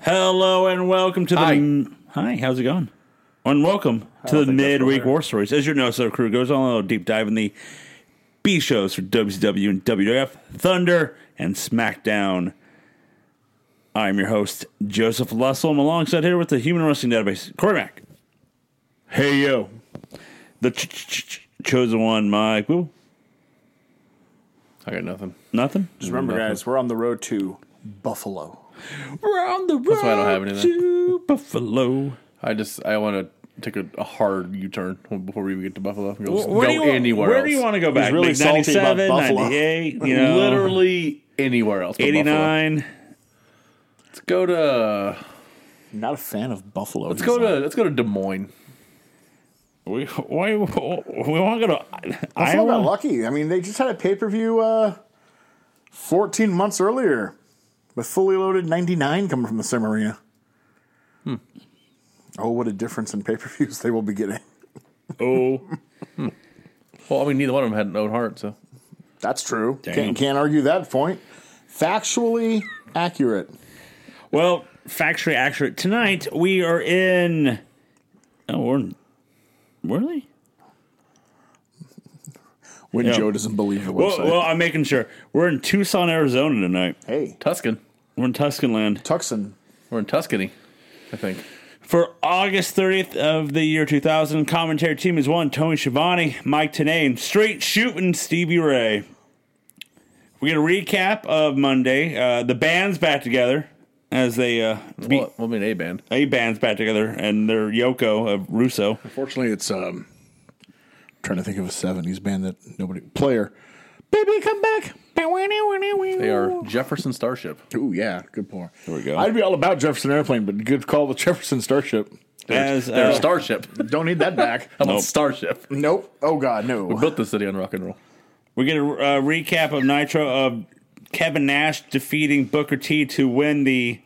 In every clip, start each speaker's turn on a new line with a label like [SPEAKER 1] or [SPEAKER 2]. [SPEAKER 1] Hello and welcome to the.
[SPEAKER 2] Hi.
[SPEAKER 1] m- Hi, how's it going? And welcome to
[SPEAKER 2] don't
[SPEAKER 1] the
[SPEAKER 2] think that's
[SPEAKER 1] midweek
[SPEAKER 2] right.
[SPEAKER 1] war stories. As your know, so crew goes on a little deep dive in the B shows for WCW and WWF, Thunder and SmackDown. I'm your host Joseph Lussell. I'm alongside here with the Human Wrestling Database, Cormac.
[SPEAKER 2] Hey yo.
[SPEAKER 1] The ch- ch- ch- ch- chosen one, Mike. Ooh,
[SPEAKER 2] I got nothing.
[SPEAKER 1] nothing.
[SPEAKER 3] Just remember, guys, we're on the road to Buffalo.
[SPEAKER 1] We're on the road
[SPEAKER 2] why I don't have anything.
[SPEAKER 1] to Buffalo.
[SPEAKER 2] I just I want to take a, a hard U turn before we even get to Buffalo. Go,
[SPEAKER 1] Where,
[SPEAKER 2] go
[SPEAKER 1] do you,
[SPEAKER 2] anywhere
[SPEAKER 1] where
[SPEAKER 2] else.
[SPEAKER 1] do you want to go back?
[SPEAKER 3] really
[SPEAKER 1] Like
[SPEAKER 3] salty about
[SPEAKER 1] 97,
[SPEAKER 3] Buffalo.
[SPEAKER 1] 98, you know,
[SPEAKER 2] Literally anywhere else. but Buffalo.
[SPEAKER 1] 89.
[SPEAKER 2] Let's go to
[SPEAKER 3] Not a fan of Buffalo.
[SPEAKER 2] let's go to let's go to Des Moines.
[SPEAKER 1] We, why, we want to go to
[SPEAKER 3] Buffalo got
[SPEAKER 1] Iowa.
[SPEAKER 3] lucky. I mean, they just had a pay per view uh, 14 months earlier with fully loaded 99 coming from the Cimarina. Oh, what a difference in pay per views they will be getting.
[SPEAKER 1] Oh,
[SPEAKER 2] Well, I mean, neither one of them had an own heart, so
[SPEAKER 3] That's true.
[SPEAKER 1] Dang.
[SPEAKER 3] Can't, can't argue that point. Factually accurate.
[SPEAKER 1] well, factually accurate. Tonight we are in. Oh, we're in, really?
[SPEAKER 3] When
[SPEAKER 1] Yeah.
[SPEAKER 3] Joe doesn't believe the
[SPEAKER 1] Well,
[SPEAKER 3] website.
[SPEAKER 1] well, I'm making sure we're in Tucson, Arizona tonight.
[SPEAKER 3] hey,
[SPEAKER 2] Tuscan.
[SPEAKER 1] We're in Tuscan land
[SPEAKER 3] Tucson.
[SPEAKER 2] We're in Tuscany, I think.
[SPEAKER 1] for August 30th of the year 2000. Commentary team is one: Tony Schiavone, Mike Tenane, Straight Shooting, Stevie Ray. We get a recap of Monday. Uh, the band's back together as they uh, beat
[SPEAKER 2] Well, well, I mean, a band.
[SPEAKER 1] a band's back together, and they're Yoko of Russo.
[SPEAKER 3] Fortunately, it's um trying to think of a '70s band that nobody player. Baby, come back.
[SPEAKER 2] They are Jefferson Starship.
[SPEAKER 3] Ooh, yeah, good point. There
[SPEAKER 1] we go.
[SPEAKER 3] I'd be all about Jefferson Airplane, but good call the Jefferson Starship.
[SPEAKER 1] As
[SPEAKER 2] They're
[SPEAKER 1] uh,
[SPEAKER 2] a Starship. How
[SPEAKER 3] Don't need that back.
[SPEAKER 2] about
[SPEAKER 1] Nope.
[SPEAKER 2] Starship?
[SPEAKER 3] nope. Oh God, no.
[SPEAKER 2] Built the city on rock and roll.
[SPEAKER 1] we get a uh, recap of Nitro of Kevin Nash defeating Booker T to win the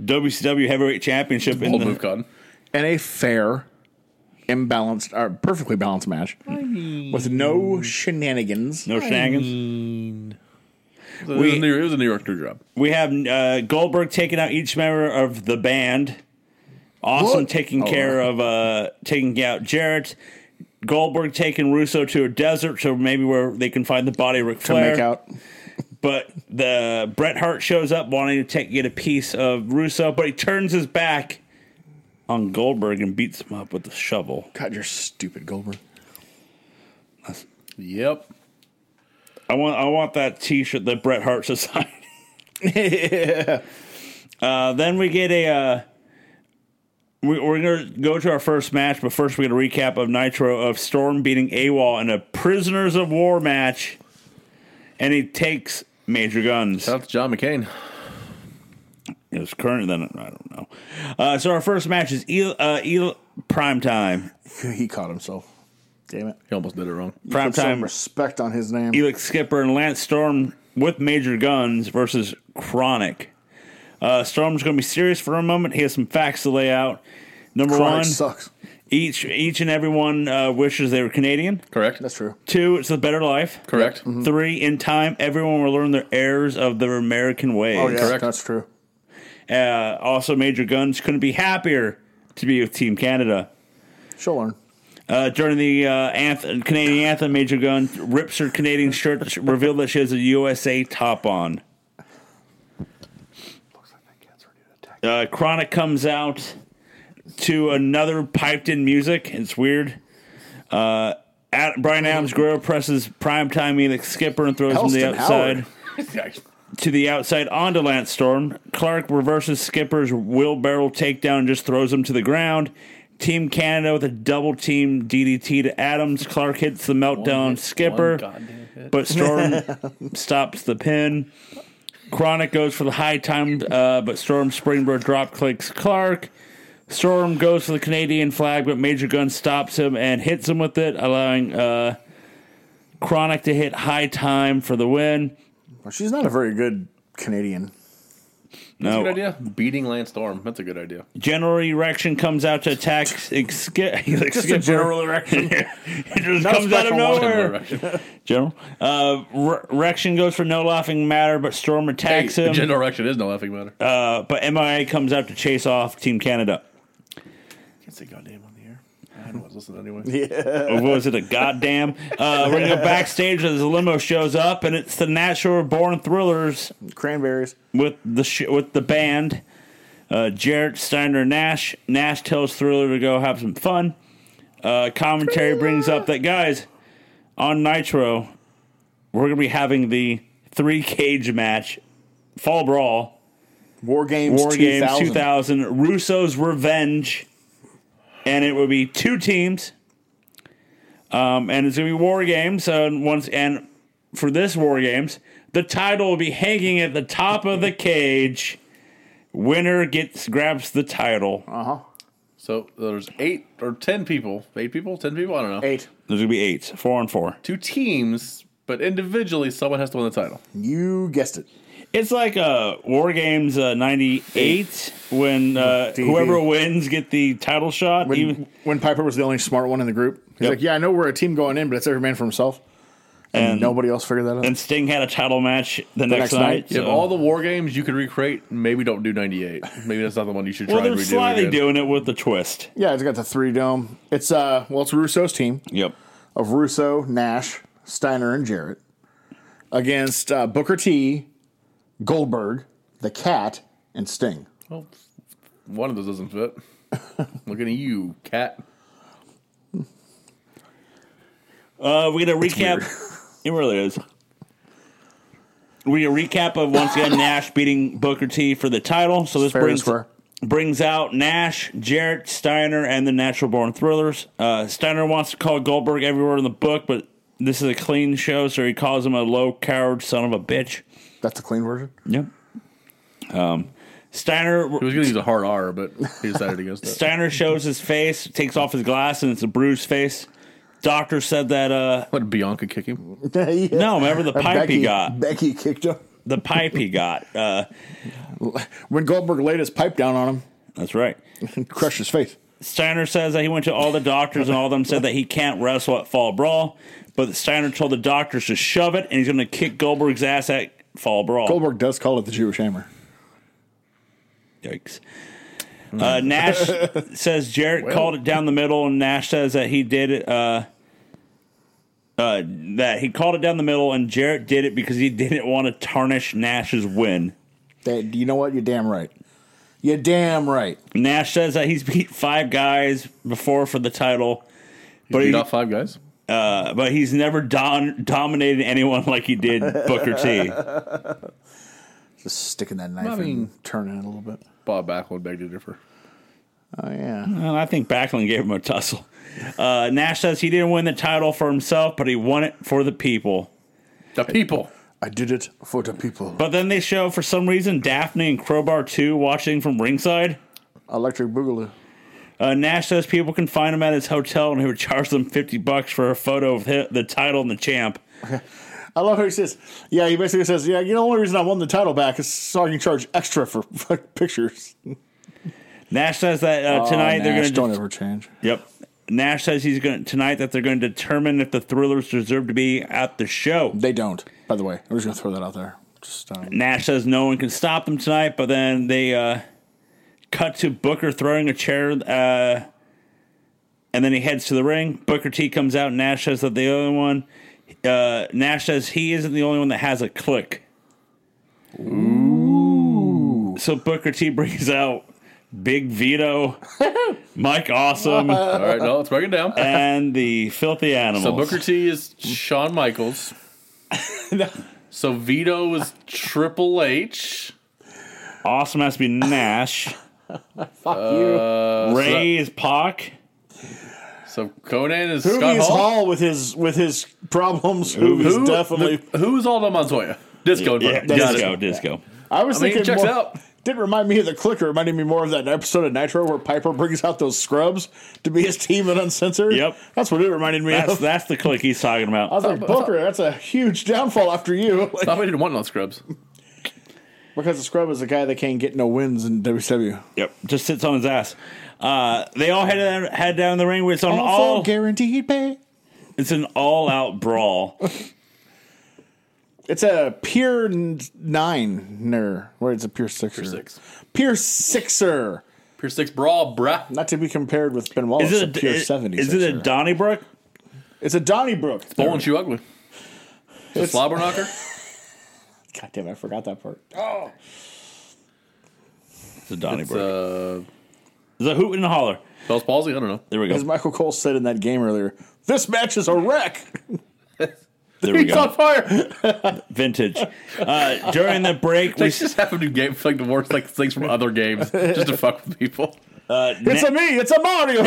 [SPEAKER 1] WCW Heavyweight Championship in
[SPEAKER 2] Old
[SPEAKER 1] the
[SPEAKER 2] move con.
[SPEAKER 3] And a fair, imbalanced, or perfectly balanced match with no shenanigans.
[SPEAKER 1] no shenanigans.
[SPEAKER 2] It was, a New, it was a New York new job.
[SPEAKER 1] We have uh, Goldberg taking out each member of the band. Awesome
[SPEAKER 3] What? Oh,
[SPEAKER 1] taking care of uh, taking out Jarrett. Goldberg taking Russo to a desert, so maybe where they can find the body of Ric
[SPEAKER 3] To
[SPEAKER 1] Flair.
[SPEAKER 3] make out.
[SPEAKER 1] But the Bret Hart shows up wanting to take get a piece of Russo, but he turns his back on Goldberg and beats him up with a shovel.
[SPEAKER 3] God, you're stupid, Goldberg.
[SPEAKER 2] Yep.
[SPEAKER 1] I want I want that T-shirt, the Bret Hart Society. Uh, then we get a. Uh, we, we're gonna go to our first match, but first we get a recap of Nitro of Storm beating AWOL in a Prisoners of War match, and he takes Major Guns.
[SPEAKER 2] Shout out to John McCain.
[SPEAKER 1] It was current then. I don't know. Uh, so our first match is El, uh, El Prime Time.
[SPEAKER 3] He caught himself. Damn it.
[SPEAKER 2] He almost did it wrong.
[SPEAKER 1] Prime
[SPEAKER 3] Put some
[SPEAKER 1] Time.
[SPEAKER 3] respect on his name.
[SPEAKER 1] Elix Skipper and Lance Storm with Major Guns versus Chronic. Uh, Storm's going to be serious for a moment. He has some facts to lay out. Number
[SPEAKER 3] Chronic
[SPEAKER 1] one,
[SPEAKER 3] sucks.
[SPEAKER 1] each each and everyone uh, wishes they were Canadian.
[SPEAKER 2] Correct.
[SPEAKER 3] That's true.
[SPEAKER 1] Two, it's a better life.
[SPEAKER 2] Correct.
[SPEAKER 3] Mm.
[SPEAKER 1] Three, in time, everyone will learn their errors of their American ways.
[SPEAKER 3] Oh, yeah,
[SPEAKER 2] Correct.
[SPEAKER 3] that's true.
[SPEAKER 1] uh, also, Major Guns couldn't be happier to be with Team Canada.
[SPEAKER 3] She'll learn.
[SPEAKER 1] Uh, during the uh, anth- Canadian anthem, Major Gun rips her Canadian shirt, revealed that she has a USA top on. Uh, Chronic comes out to another piped in music. It's weird. Uh, at Brian Adams Guerrero presses primetime Elix Skipper and throws him to
[SPEAKER 3] Elston
[SPEAKER 1] the outside
[SPEAKER 3] Howard.
[SPEAKER 1] to the outside onto Lance Storm. Clark reverses Skipper's wheelbarrow takedown and just throws him to the ground. Team Canada with a double team DDT to Adams. Clark hits the meltdown Skipper, but Storm stops the pin. Chronic goes for the high time, uh, but Storm springboard drop clicks Clark. Storm goes for the Canadian flag, but Major Gun stops him and hits him with it, allowing uh, Chronic to hit high time for the win.
[SPEAKER 3] Well, she's not a very good Canadian.
[SPEAKER 1] No.
[SPEAKER 2] Good idea. Beating Lance Storm. That's a good idea.
[SPEAKER 1] General erection comes out to attack. Ex- like
[SPEAKER 3] Just a
[SPEAKER 1] Skipper.
[SPEAKER 3] general erection.
[SPEAKER 1] It just comes out of
[SPEAKER 3] special one.
[SPEAKER 1] nowhere.
[SPEAKER 2] General
[SPEAKER 1] General. Uh, Re- Rection goes for no laughing matter, but Storm attacks him.
[SPEAKER 2] erection is no laughing matter.
[SPEAKER 1] uh, but MIA comes out to chase off Team Canada.
[SPEAKER 2] can't say goddamn on the air. I know I was listening anyway.
[SPEAKER 1] Or Uh, was it a goddamn? Uh, we're going to go backstage as the limo shows up, and it's the Natural Born Thrillers
[SPEAKER 3] Cranberries.
[SPEAKER 1] with the sh- with the band. Uh, Jarrett Steiner Nash. Nash tells Thriller to go have some fun. Uh, commentary brings up that guys on Nitro, we're gonna be having the three cage match, Fall Brawl,
[SPEAKER 3] War Games
[SPEAKER 1] War
[SPEAKER 3] 2000.
[SPEAKER 1] Games 2000, Russo's Revenge, and it would be two teams. Um, and it's gonna be War Games. So once and for this War Games, the title will be hanging at the top of the cage. Winner gets grabs the title.
[SPEAKER 3] Uh-huh.
[SPEAKER 2] So there's eight or ten people. Eight people? Ten people? I don't know.
[SPEAKER 3] Eight.
[SPEAKER 1] There's gonna be eight, four and four.
[SPEAKER 2] Two teams, but individually someone has to win the title.
[SPEAKER 3] You guessed it.
[SPEAKER 1] It's like uh, War Games uh, '98 when uh,
[SPEAKER 3] DV.
[SPEAKER 1] whoever wins get the title shot.
[SPEAKER 3] When,
[SPEAKER 1] even,
[SPEAKER 3] when Piper was the only smart one in the group, he's
[SPEAKER 1] Yep.
[SPEAKER 3] like, "Yeah, I know we're a team going in, but it's every man for himself." And,
[SPEAKER 1] And-
[SPEAKER 3] nobody else figured that out.
[SPEAKER 1] and Sting had a title match the, next,
[SPEAKER 3] next
[SPEAKER 1] night.
[SPEAKER 3] night,
[SPEAKER 2] You have
[SPEAKER 1] so-
[SPEAKER 2] all the war games you could recreate. Maybe don't do 98. Maybe that's not the one you should try
[SPEAKER 1] well, they're
[SPEAKER 2] and redo.
[SPEAKER 1] slyly
[SPEAKER 2] again.
[SPEAKER 1] doing it with the twist.
[SPEAKER 3] yeah, it's got the three dome. It's uh, well, it's Russo's team
[SPEAKER 1] Yep.
[SPEAKER 3] of Russo, Nash, Steiner, and Jarrett against uh, Booker T, Goldberg, the Cat, and Sting.
[SPEAKER 2] Well, one of those doesn't fit. Looking at you, cat.
[SPEAKER 1] Uh, we're gonna recap. It really is. We a recap of once again Nash beating Booker T for the title. So this
[SPEAKER 3] Fair and
[SPEAKER 1] brings
[SPEAKER 3] square.
[SPEAKER 1] brings out Nash, Jarrett, Steiner, and the Natural Born Thrillers. Uh, Steiner wants to call Goldberg everywhere in the book, but this is a clean show, so he calls him a low coward son of a bitch.
[SPEAKER 3] That's the clean version.
[SPEAKER 1] Yep. Um, Steiner
[SPEAKER 2] He was going to use a hard R, but he decided against it.
[SPEAKER 1] Steiner shows his face, takes off his glass, and it's a bruised face. Doctor said that uh,
[SPEAKER 2] Let Bianca kick him.
[SPEAKER 3] Yeah.
[SPEAKER 1] no, remember the
[SPEAKER 3] Uh,
[SPEAKER 1] pipe
[SPEAKER 3] Becky,
[SPEAKER 1] he got.
[SPEAKER 3] Becky kicked him
[SPEAKER 1] the pipe he got. Uh,
[SPEAKER 3] when Goldberg laid his pipe down on him
[SPEAKER 1] that's right.
[SPEAKER 3] and crushed his face.
[SPEAKER 1] Steiner says that he went to all the doctors and all of them said that he can't wrestle at Fall Brawl, but Steiner told the doctors to shove it and he's going to kick Goldberg's ass at Fall Brawl.
[SPEAKER 3] Goldberg does call it the Jewish Hammer.
[SPEAKER 1] Yikes. Uh, Nash says Jarrett called it down the middle, and Nash says that he did it. Uh, uh, that he called it down the middle, and Jarrett did it because he didn't want to tarnish Nash's win.
[SPEAKER 3] That you know what? You're damn right. You're damn right.
[SPEAKER 1] Nash says that he's beat five guys before for the title, but
[SPEAKER 2] Beat
[SPEAKER 1] he,
[SPEAKER 2] off five guys.
[SPEAKER 1] uh, but he's never don- dominated anyone like he did Booker T.
[SPEAKER 3] Just sticking that knife
[SPEAKER 2] I mean-
[SPEAKER 3] and turning it a little bit.
[SPEAKER 2] Bob Backlund begged to differ.
[SPEAKER 3] Oh yeah.
[SPEAKER 1] Well, I think Backlund gave him a tussle. Uh, Nash says he didn't win the title for himself, but he won it for the people.
[SPEAKER 2] The people.
[SPEAKER 3] I did it for the people.
[SPEAKER 1] But then they show, for some reason, Daphne and Crowbar 2 watching from ringside.
[SPEAKER 3] Electric Boogaloo.
[SPEAKER 1] Uh, Nash says people can find him at his hotel and he would charge them 50 bucks for a photo of hi- the title and the champ.
[SPEAKER 3] I love how he says, yeah, he basically says, yeah, you know, the only reason I won the title back is so I can charge extra for fuck pictures.
[SPEAKER 1] Nash says that uh, tonight they're going to.
[SPEAKER 3] don't ever change.
[SPEAKER 1] yep. Nash says he's going to tonight that they're going to determine if the thrillers deserve to be at the show.
[SPEAKER 3] They don't, by the way. I'm just going to throw that out there. Just um,
[SPEAKER 1] Nash says no one can stop them tonight, but then they uh, cut to Booker throwing a chair, uh, and then he heads to the ring. Booker T comes out. Nash says that the other one, uh, Nash says he isn't the only one that has a click. Ooh. So Booker T brings out Big Vito, Mike Awesome,
[SPEAKER 2] All right, no, let's break it down.
[SPEAKER 1] and the Filthy Animals.
[SPEAKER 2] So Booker T is Shawn Michaels. So Vito is Triple H.
[SPEAKER 1] Awesome has to be Nash.
[SPEAKER 3] fuck
[SPEAKER 1] Uh,
[SPEAKER 3] you.
[SPEAKER 1] Ray is Pac.
[SPEAKER 2] So Conan is Scott
[SPEAKER 3] Hoovy's
[SPEAKER 2] Hall.
[SPEAKER 3] Hall with his with his problems. Hoovy's
[SPEAKER 2] Who-
[SPEAKER 3] definitely.
[SPEAKER 2] the- who's Aldo Montoya? Disco.
[SPEAKER 1] Yeah,
[SPEAKER 2] got it.
[SPEAKER 1] disco, disco.
[SPEAKER 3] I
[SPEAKER 2] I
[SPEAKER 3] was
[SPEAKER 2] mean,
[SPEAKER 3] thinking
[SPEAKER 2] it checks
[SPEAKER 3] more-
[SPEAKER 2] out.
[SPEAKER 3] Didn't remind me of the clicker. It reminded me more of that episode of Nitro where Piper brings out those scrubs to be his team and uncensored.
[SPEAKER 1] Yep.
[SPEAKER 3] That's what it reminded me
[SPEAKER 1] That's
[SPEAKER 3] of.
[SPEAKER 1] that's the click he's talking
[SPEAKER 3] I
[SPEAKER 1] about.
[SPEAKER 2] Oh,
[SPEAKER 3] was like, Booker, that's a huge downfall after you. Like,
[SPEAKER 2] Thought we didn't want no scrubs.
[SPEAKER 3] Because the scrub is a guy that can't get no wins in E. WCW.
[SPEAKER 1] Yep, just sits on his ass. Uh, they all head down, head down the ring. It's on all.
[SPEAKER 3] Also guaranteed pay.
[SPEAKER 1] It's an all-out brawl.
[SPEAKER 3] It's a pure n- nine-er. Wait, it's a pure sixer. Pure
[SPEAKER 2] six.
[SPEAKER 3] Pure sixer.
[SPEAKER 2] Pure six brawl, bruh.
[SPEAKER 3] Not to be compared with Ben Wallace,
[SPEAKER 1] Is it
[SPEAKER 3] a,
[SPEAKER 1] a,
[SPEAKER 3] pure
[SPEAKER 1] is-
[SPEAKER 3] 70
[SPEAKER 1] is it a
[SPEAKER 3] sixer.
[SPEAKER 1] Donnybrook?
[SPEAKER 3] It's a Donnybrook.
[SPEAKER 2] Bowl and shoe ugly. The slobber knocker.
[SPEAKER 3] God damn, it, I forgot that part.
[SPEAKER 1] It's a Donnybrook.
[SPEAKER 2] It's uh,
[SPEAKER 1] It's a hoot and a holler.
[SPEAKER 2] Bell's palsy. I don't know.
[SPEAKER 1] There we
[SPEAKER 3] As
[SPEAKER 1] go.
[SPEAKER 3] Michael Cole said in that game earlier, this match is a wreck.
[SPEAKER 1] There we
[SPEAKER 3] He's
[SPEAKER 1] go.
[SPEAKER 3] on fire.
[SPEAKER 1] Vintage. Uh, during the break,
[SPEAKER 2] They
[SPEAKER 1] we
[SPEAKER 2] just have a new game, like divorce, like things from other games, just to fuck with people.
[SPEAKER 1] uh,
[SPEAKER 3] It's
[SPEAKER 1] Na-
[SPEAKER 3] a me. It's a Mario.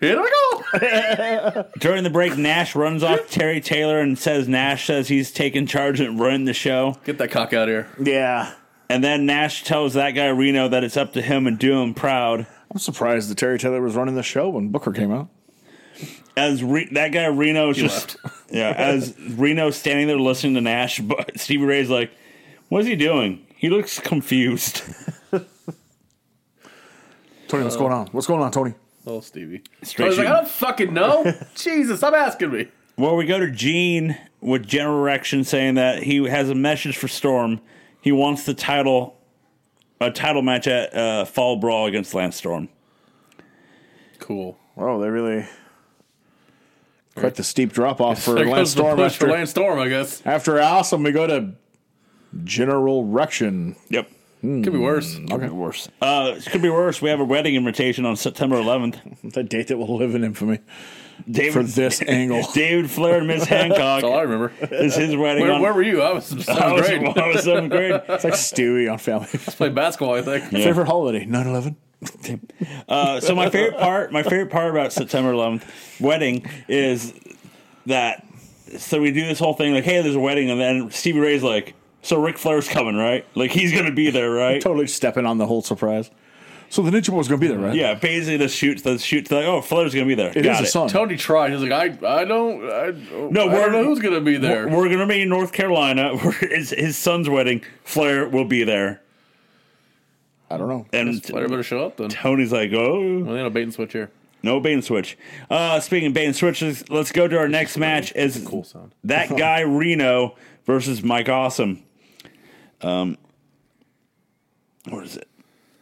[SPEAKER 2] Here I go.
[SPEAKER 1] during the break, Nash runs off Terry Taylor and says Nash says he's taking charge and running the show.
[SPEAKER 2] Get that cock out here.
[SPEAKER 3] yeah.
[SPEAKER 1] And then Nash tells that guy Reno that it's up to him and do him proud.
[SPEAKER 3] I'm surprised that Terry Taylor was running the show when Booker came out.
[SPEAKER 1] As Re- that guy Reno is just yeah, as Reno's standing there listening to Nash, but Stevie Ray's like, "What is he doing? He looks confused."
[SPEAKER 3] Tony, what's going on? What's going on, Tony?
[SPEAKER 2] Oh, Stevie.
[SPEAKER 1] Straight
[SPEAKER 2] I was like,
[SPEAKER 1] shooting.
[SPEAKER 2] I don't fucking know. Jesus, stop asking me.
[SPEAKER 1] Well, we go to Gene with General Rection saying that he has a message for Storm. He wants the title, a title match at uh, Fall Brawl against Lance Storm.
[SPEAKER 2] Cool.
[SPEAKER 3] Oh, they really quite the steep drop off for
[SPEAKER 2] there goes
[SPEAKER 3] Lance
[SPEAKER 2] the
[SPEAKER 3] Storm
[SPEAKER 2] push for
[SPEAKER 3] after,
[SPEAKER 2] Lance Storm, I guess.
[SPEAKER 3] after Awesome. We go to General Rection.
[SPEAKER 1] Yep.
[SPEAKER 2] Could be worse.
[SPEAKER 1] Could be worse. Uh, it could be worse. We have a wedding invitation on September 11th.
[SPEAKER 3] The date that will live in infamy
[SPEAKER 1] David,
[SPEAKER 3] for this angle.
[SPEAKER 1] David Flair and Miss
[SPEAKER 2] That's all I
[SPEAKER 1] Hancock
[SPEAKER 2] remember.
[SPEAKER 1] is his wedding
[SPEAKER 2] Where,
[SPEAKER 1] on.
[SPEAKER 2] where were you? I was in
[SPEAKER 1] I
[SPEAKER 2] seventh
[SPEAKER 1] was-
[SPEAKER 2] grade.
[SPEAKER 1] I was seventh grade.
[SPEAKER 3] It's like Stewie on Family.
[SPEAKER 2] Played basketball, I think.
[SPEAKER 3] Favorite holiday? 9 11?
[SPEAKER 1] Uh, so my favorite part, my favorite part about September 11th wedding is that. So we do this whole thing like, hey, there's a wedding, and then Stevie Ray's like, so Ric Flair's coming, right? Like he's gonna be there, right?
[SPEAKER 3] Totally stepping on the whole surprise. So the Ninja Boy's going to be there, right?
[SPEAKER 1] Yeah, basically the shoots, the shoots like, oh, Flair's gonna be there.
[SPEAKER 3] It is
[SPEAKER 1] Got
[SPEAKER 3] a
[SPEAKER 1] it.
[SPEAKER 3] song.
[SPEAKER 2] Tony tried. He was like, I, I don't, I,
[SPEAKER 1] No,
[SPEAKER 2] no, I
[SPEAKER 1] we're-
[SPEAKER 2] don't know who's gonna be there.
[SPEAKER 1] We're, we're gonna be in North Carolina. We're, it's his son's wedding. Flair will be there,
[SPEAKER 3] I don't know.
[SPEAKER 1] and
[SPEAKER 2] Player better show up then.
[SPEAKER 1] Tony's like, oh,
[SPEAKER 2] Well, they had a bait and switch here.
[SPEAKER 1] no bait and switch. Uh, speaking of bait and switches, let's go to our next match. Is
[SPEAKER 2] Cool sound.
[SPEAKER 1] That guy Reno versus Mike Awesome. Um, what is it?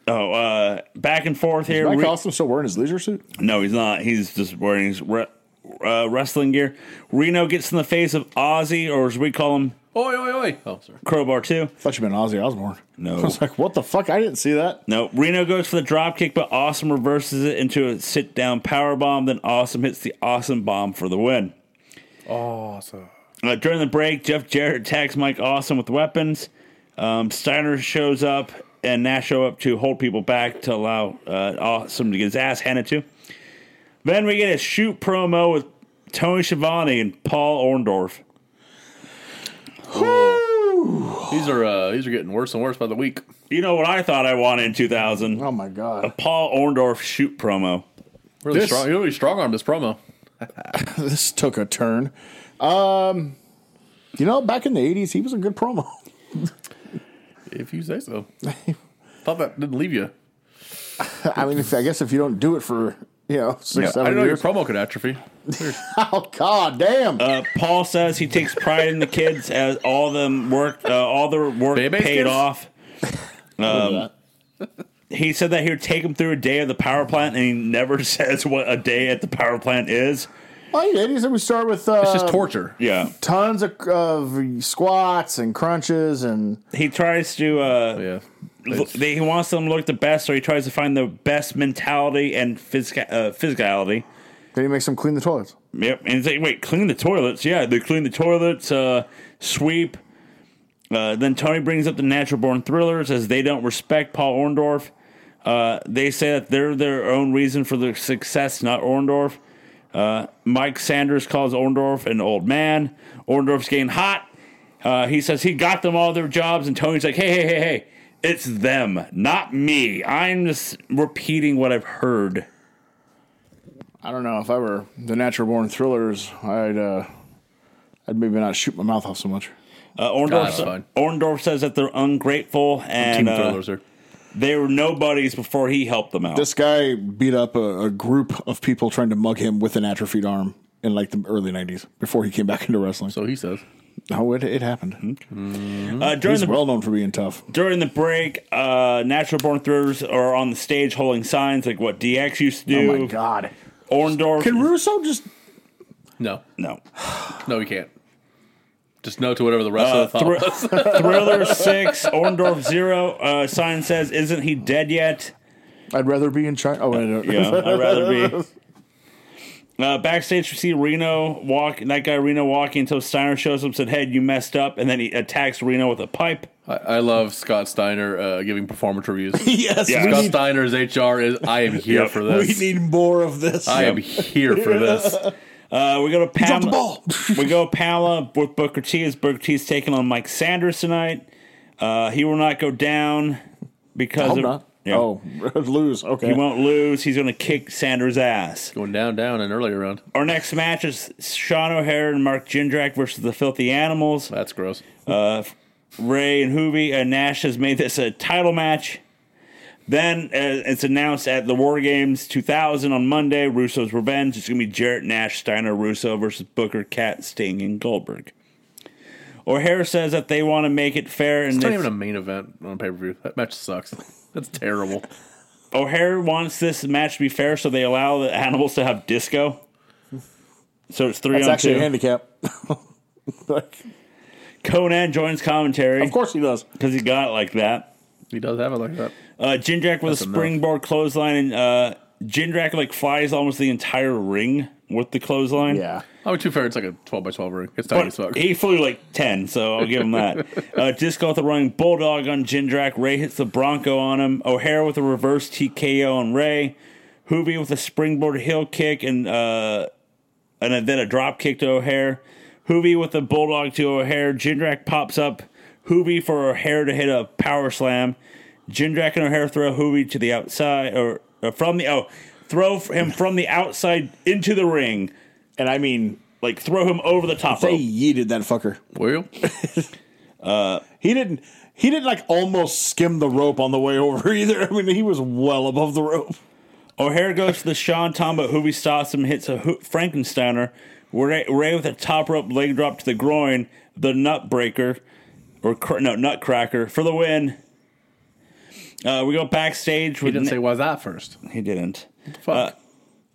[SPEAKER 1] Oh, uh, back and forth here.
[SPEAKER 3] Mike
[SPEAKER 1] Re-
[SPEAKER 3] Austin still wearing his leisure suit?
[SPEAKER 1] no, he's not. He's just wearing his re- uh, wrestling gear. Reno gets in the face of Ozzy, or as we call him,
[SPEAKER 2] Oi, oi, oi. Oh, sorry.
[SPEAKER 1] Crowbar Two.
[SPEAKER 3] Thought you meant Ozzy Osbourne.
[SPEAKER 1] No.
[SPEAKER 3] I was like, what the fuck? I didn't see that.
[SPEAKER 1] No, Reno goes for the drop kick, but Awesome reverses it into a sit down power bomb. Then Awesome hits the Awesome bomb for the win.
[SPEAKER 2] Awesome.
[SPEAKER 1] Uh, during the break, Jeff Jarrett attacks Mike Awesome with weapons. Um, Steiner shows up and Nash show up to hold people back to allow uh, Awesome to get his ass handed to. Then we get a shoot promo with Tony Schiavone and Paul Orndorff.
[SPEAKER 2] These are uh, these are getting worse and worse by the week.
[SPEAKER 1] You know what I thought I wanted in 2000?
[SPEAKER 3] Oh my god.
[SPEAKER 1] Paul Orndorff shoot promo.
[SPEAKER 2] Really
[SPEAKER 3] This-
[SPEAKER 2] strong. You really strong arm this promo.
[SPEAKER 3] This took a turn. Um, you know, back in the 80s, he was a good promo.
[SPEAKER 2] If you say so. Thought that didn't leave you.
[SPEAKER 3] I mean, if, I guess if you don't do it for, you know, six,
[SPEAKER 1] Yeah,
[SPEAKER 2] I
[SPEAKER 3] seven
[SPEAKER 2] didn't know your
[SPEAKER 3] years.
[SPEAKER 2] promo could atrophy.
[SPEAKER 3] oh, god damn.
[SPEAKER 1] Uh, Paul says he takes pride in the kids as all them work, uh, all their work
[SPEAKER 2] Baby
[SPEAKER 1] paid
[SPEAKER 2] kids?
[SPEAKER 1] off. Um, he said that he would take him through a day of the power plant, and he never says what a day at the power plant is.
[SPEAKER 3] Well, yeah, 80s, and we start with uh,
[SPEAKER 2] It's just torture.
[SPEAKER 1] Yeah,
[SPEAKER 3] tons of, of squats and crunches and
[SPEAKER 1] he tries to. Uh,
[SPEAKER 2] Yeah.
[SPEAKER 1] l- they- he wants them to look the best, so he tries to find the best mentality and physica- uh, physicality.
[SPEAKER 3] then he makes them clean the toilets.
[SPEAKER 1] Yep, and he's like, "Wait, clean the toilets? Yeah, they clean the toilets, uh, sweep." Uh, then Tony brings up the natural born thrillers as they don't respect Paul Orndorff. Uh, they say that they're their own reason for their success, not Orndorff. Uh, Mike Sanders calls Orndorff an old man. Orndorff's getting hot. Uh, he says he got them all their jobs, and Tony's like, "Hey, hey, hey, hey, it's them, not me. I'm just repeating what I've heard."
[SPEAKER 3] I don't know if I were the natural born thrillers, I'd uh, I'd maybe not shoot my mouth off so much.
[SPEAKER 1] Uh,
[SPEAKER 2] Ah,
[SPEAKER 1] Orndorff,
[SPEAKER 2] that's fine.
[SPEAKER 1] Orndorff says that they're ungrateful
[SPEAKER 2] Team
[SPEAKER 1] and uh,
[SPEAKER 2] thrillers are.
[SPEAKER 1] they were nobodies before he helped them out.
[SPEAKER 3] This guy beat up a, a group of people trying to mug him with an atrophied arm in like the early 90s before he came back into wrestling.
[SPEAKER 2] So he says.
[SPEAKER 3] Oh, it, it happened.
[SPEAKER 2] Hmm?
[SPEAKER 1] uh, during the
[SPEAKER 3] He's well known for being tough.
[SPEAKER 1] during the break, uh, natural born thrillers are on the stage holding signs like what DX used to do.
[SPEAKER 3] Oh my God.
[SPEAKER 1] Orndorff,
[SPEAKER 3] Can Russo just.
[SPEAKER 2] No,
[SPEAKER 1] no.
[SPEAKER 2] no, he can't. Just no to whatever the rest of the thought
[SPEAKER 1] Thr-
[SPEAKER 2] was.
[SPEAKER 1] Thriller six, Orndorff zero. Uh, sign says, "Isn't he dead yet?"
[SPEAKER 3] I'd rather be in China. Oh, I don't.
[SPEAKER 1] Yeah, I'd rather be. Uh, backstage, we see Reno walk. That guy Reno walking until Steiner shows up and said, "Hey, you messed up," and then he attacks Reno with a pipe.
[SPEAKER 2] I, I love Scott Steiner uh, giving performance reviews.
[SPEAKER 3] yes,
[SPEAKER 1] Yeah.
[SPEAKER 3] we,
[SPEAKER 2] Scott
[SPEAKER 3] need,
[SPEAKER 2] Steiner's HR is. I am here
[SPEAKER 1] Yep.
[SPEAKER 2] for
[SPEAKER 3] we
[SPEAKER 2] this.
[SPEAKER 3] need more of this.
[SPEAKER 2] I am here for this.
[SPEAKER 1] Uh, we go to
[SPEAKER 3] Drop the
[SPEAKER 1] Pamela.
[SPEAKER 3] ball.
[SPEAKER 1] we go Pamela with Booker T. As Booker T's taking on Mike Sanders tonight. Uh, he will not go down because
[SPEAKER 3] Hope
[SPEAKER 1] of,
[SPEAKER 3] not.
[SPEAKER 1] Yeah.
[SPEAKER 3] Oh, lose. Okay.
[SPEAKER 1] he won't lose. He's going to kick Sanders' ass.
[SPEAKER 2] Going down, down, and earlier round.
[SPEAKER 1] Our next match is Sean O'Hare and Mark Jindrak versus the Filthy Animals.
[SPEAKER 2] That's gross.
[SPEAKER 1] Ray and Hoovy and Nash has made this a title match. Then uh, it's announced at the War Games 2000 on Monday, Russo's Revenge. It's going to be Jarrett, Nash, Steiner, Russo versus Booker, Cat, Sting, and Goldberg. O'Hare says that they want to make it fair, and
[SPEAKER 2] It's not
[SPEAKER 1] they-
[SPEAKER 2] even a main event on pay per view. That match sucks. That's terrible.
[SPEAKER 1] O'Hare wants this match to be fair, so they allow the animals to have disco. So it's three
[SPEAKER 3] That's
[SPEAKER 1] on
[SPEAKER 3] actually
[SPEAKER 1] two.
[SPEAKER 3] a handicap. Like,
[SPEAKER 1] Conan joins commentary
[SPEAKER 3] of course he does.
[SPEAKER 1] because he got it like that.
[SPEAKER 2] He does have it like that.
[SPEAKER 1] Uh, Jindrak with a
[SPEAKER 2] That's enough.
[SPEAKER 1] springboard clothesline, and uh, Jindrak like flies almost the entire ring with the clothesline.
[SPEAKER 3] Yeah.
[SPEAKER 2] Oh, to be fair, it's like a 12 by 12 ring. It's tiny as
[SPEAKER 1] But
[SPEAKER 2] fuck.
[SPEAKER 1] he flew like 10, so I'll give him that. uh, Disco with a running bulldog on Jindrak. Ray hits the Bronco on him. O'Hara with a reverse TKO on Ray. Hoovy with a springboard heel kick and uh, and then a drop kick to O'Hare. Hoovy with a bulldog to O'Hare. Jindrak pops up. Hoovy for O'Hare to hit a power slam. Jindrak and O'Hare throw Hoovy to the outside or, or from the oh throw him from the outside into the ring.
[SPEAKER 3] And I mean,
[SPEAKER 1] Like throw him over the top
[SPEAKER 3] they
[SPEAKER 1] rope.
[SPEAKER 3] yeeted that fucker.
[SPEAKER 2] Well,
[SPEAKER 3] He didn't. He didn't like almost skim the rope on the way over either. I mean, he was well above the rope.
[SPEAKER 1] O'Hare Oh, goes to the Sean Tom, but Hoovy stops him, hits a Ho- Frankensteiner. Ray, Ray with a top rope leg drop to the groin, the Nutbreaker, or cr- no, Nutcracker for the win. Uh, we go backstage.
[SPEAKER 2] he
[SPEAKER 1] With
[SPEAKER 2] didn't say
[SPEAKER 1] Na-
[SPEAKER 2] why that first.
[SPEAKER 1] he didn't.
[SPEAKER 2] Fuck.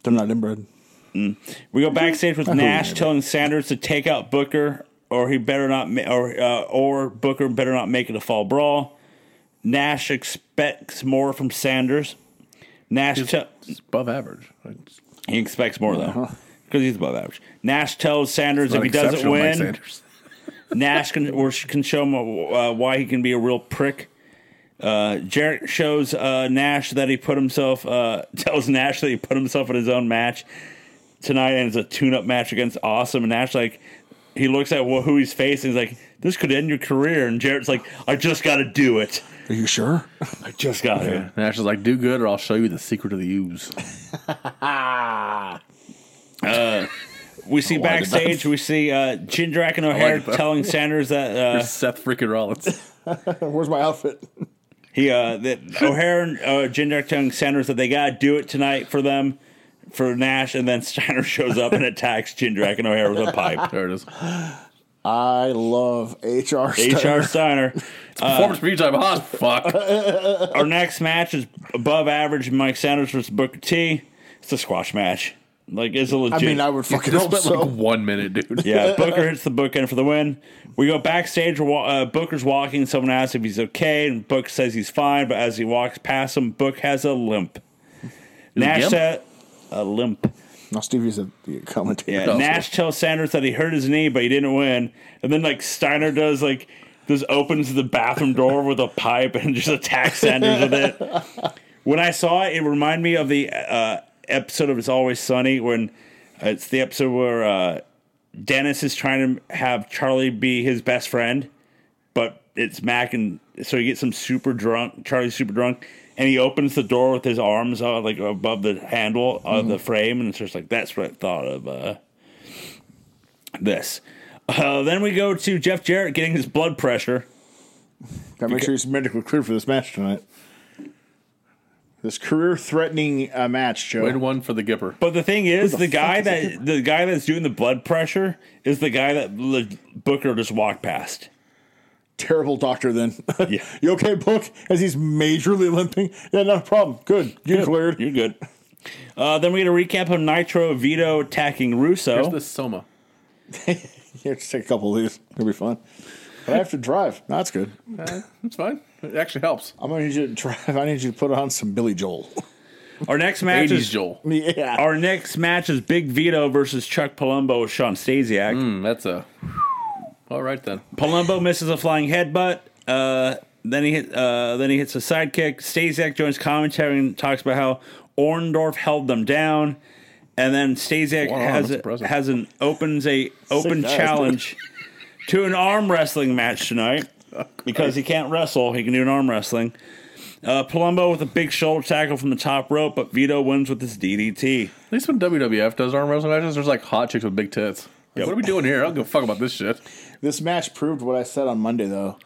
[SPEAKER 3] They're not inbred.
[SPEAKER 1] We go backstage with Nash
[SPEAKER 3] did.
[SPEAKER 1] telling Sanders to take out Booker, or he better not, ma- or uh, or Booker better not make it a fall brawl. Nash expects more from Sanders. Nash te-
[SPEAKER 2] it's above average. It's
[SPEAKER 1] He expects more
[SPEAKER 2] Uh-huh.
[SPEAKER 1] though, because he's above average. Nash tells Sanders if he doesn't
[SPEAKER 2] exceptional, Mike
[SPEAKER 1] win,
[SPEAKER 2] Sanders.
[SPEAKER 1] Nash can or sh- can show him uh, why he can be a real prick. Uh, Jarrett shows uh, Nash that he put himself uh, tells Nash that he put himself in his own match tonight, and it's a tune-up match against Awesome. And Nash like he looks at wh- who he's facing, he's like, "This could end your career." And Jarrett's like, "I just got to do it.
[SPEAKER 3] Are you sure?
[SPEAKER 1] I just got to."
[SPEAKER 2] Nash is like, do good or I'll show you the secret of the ooze.
[SPEAKER 1] We see
[SPEAKER 2] Why did
[SPEAKER 1] backstage, we see uh, Jindrak and O'Hare
[SPEAKER 2] that.
[SPEAKER 1] telling Sanders that uh,
[SPEAKER 2] Seth freaking Rollins.
[SPEAKER 3] Where's my outfit?
[SPEAKER 1] He uh, that O'Hare and uh, Jindrak telling Sanders that they gotta do it tonight for them, for Nash, and then Steiner shows up and attacks Jindrak and O'Hare with a pipe.
[SPEAKER 2] There it is.
[SPEAKER 1] Uh,
[SPEAKER 3] I love HR.
[SPEAKER 1] HR
[SPEAKER 3] HR.
[SPEAKER 1] Steiner.
[SPEAKER 2] Performance review time. Ah, fuck.
[SPEAKER 1] Our next match is above average. Mike Sanders versus Booker T. It's a squash match. Like it's a
[SPEAKER 3] I
[SPEAKER 1] legit.
[SPEAKER 3] mean, I Uh, would fucking
[SPEAKER 2] This
[SPEAKER 3] hope
[SPEAKER 2] spent like
[SPEAKER 3] so.
[SPEAKER 2] one minute, dude.
[SPEAKER 1] yeah, Booker hits the bookend for the win. We go backstage. wa- Uh, Booker's walking. Someone asks if he's okay, and Book says he's fine. But as he walks past him, Book has a limp. Nash
[SPEAKER 2] gimp?
[SPEAKER 1] said, "A limp."
[SPEAKER 3] No, Stevie's a the commentator.
[SPEAKER 1] Yeah,
[SPEAKER 2] No.
[SPEAKER 1] Nash tells Sanders that he hurt his knee, but he didn't win. And then like Steiner does like just opens the bathroom door with a pipe and just attacks Sanders with it. When I saw it, it reminded me of the uh, episode of It's Always Sunny when uh, it's the episode where uh, Dennis is trying to have Charlie be his best friend, but it's Mac, and so he gets some super drunk. Charlie's super drunk, and he opens the door with his arms uh, like above the handle of the frame, and it's just like that's what I thought of uh, this. Uh, then we go to Jeff Jarrett getting his blood pressure.
[SPEAKER 3] Gotta make sure he's medically cleared for this match tonight. This career-threatening uh, match, Joe.
[SPEAKER 2] Win one for the Gipper.
[SPEAKER 1] But the thing is, the,
[SPEAKER 3] the
[SPEAKER 1] guy
[SPEAKER 3] fuck is
[SPEAKER 1] that the guy that's doing the blood pressure is the guy that Le- Booker just walked past.
[SPEAKER 3] Terrible doctor, then.
[SPEAKER 1] Yeah.
[SPEAKER 3] you okay, Book? As he's majorly limping. Yeah, no problem. Good. You cleared.
[SPEAKER 1] You're good. Uh, then we get a recap of Nitro Vito attacking
[SPEAKER 2] Here's
[SPEAKER 1] Russo.
[SPEAKER 2] the Soma.
[SPEAKER 3] Here, just take a couple of these. It'll be fun. But I have to drive. No, that's good.
[SPEAKER 2] Uh, it's fine. It actually helps.
[SPEAKER 3] I'm gonna need you to drive. I need you to put on some Billy Joel.
[SPEAKER 1] Our next match
[SPEAKER 2] 80s
[SPEAKER 1] is
[SPEAKER 2] Joel.
[SPEAKER 3] yeah.
[SPEAKER 1] our next match is Big Vito versus Chuck Palumbo with Sean Stasiak.
[SPEAKER 2] Hmm, that's a. All right then.
[SPEAKER 1] Palumbo misses a flying headbutt. Uh, then he hit, uh, then he hits a sidekick. Stasiak joins commentary and talks about how Orndorff held them down, and then Stasiak
[SPEAKER 2] Wow,
[SPEAKER 1] has
[SPEAKER 2] that's
[SPEAKER 1] a,
[SPEAKER 2] impressive.
[SPEAKER 1] has an opens a open
[SPEAKER 3] guys.
[SPEAKER 1] challenge to an arm wrestling match tonight because he can't wrestle. He can do an arm wrestling. Uh, Palumbo with a big shoulder tackle from the top rope, but Vito wins with his DDT.
[SPEAKER 2] At least when WWF does arm wrestling matches, there's like hot chicks with big tits. Like,
[SPEAKER 1] Yep.
[SPEAKER 2] What are we doing here? I don't give a fuck about this shit.
[SPEAKER 3] This match proved what I said on Monday, though,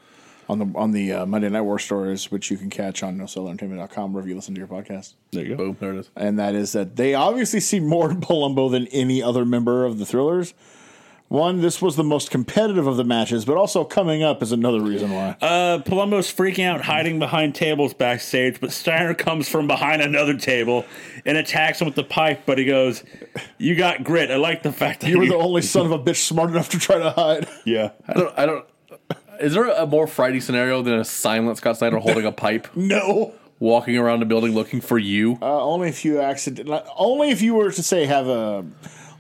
[SPEAKER 3] on the on the uh, Monday Night War stories, which you can catch on NoSellEntertainment.com wherever you listen to your podcast.
[SPEAKER 1] There you go.
[SPEAKER 2] Boom, there it is.
[SPEAKER 3] and that is that they obviously see more in Palumbo than any other member of the Thrillers. One, this was the most competitive of the matches, but also coming up is another reason why.
[SPEAKER 1] Uh, Palumbo's freaking out, hiding behind tables backstage, but Steiner comes from behind another table and attacks him with the pipe. But he goes, "You got grit. I like the fact that
[SPEAKER 3] you were the only son of a bitch smart enough to try to hide.
[SPEAKER 1] yeah."
[SPEAKER 2] I don't. I don't. Is there a more frightening scenario than a silent Scott Snyder holding a pipe,
[SPEAKER 3] No,
[SPEAKER 2] walking around a building looking for you?
[SPEAKER 3] uh, only if you accident. Only if you were to say have a.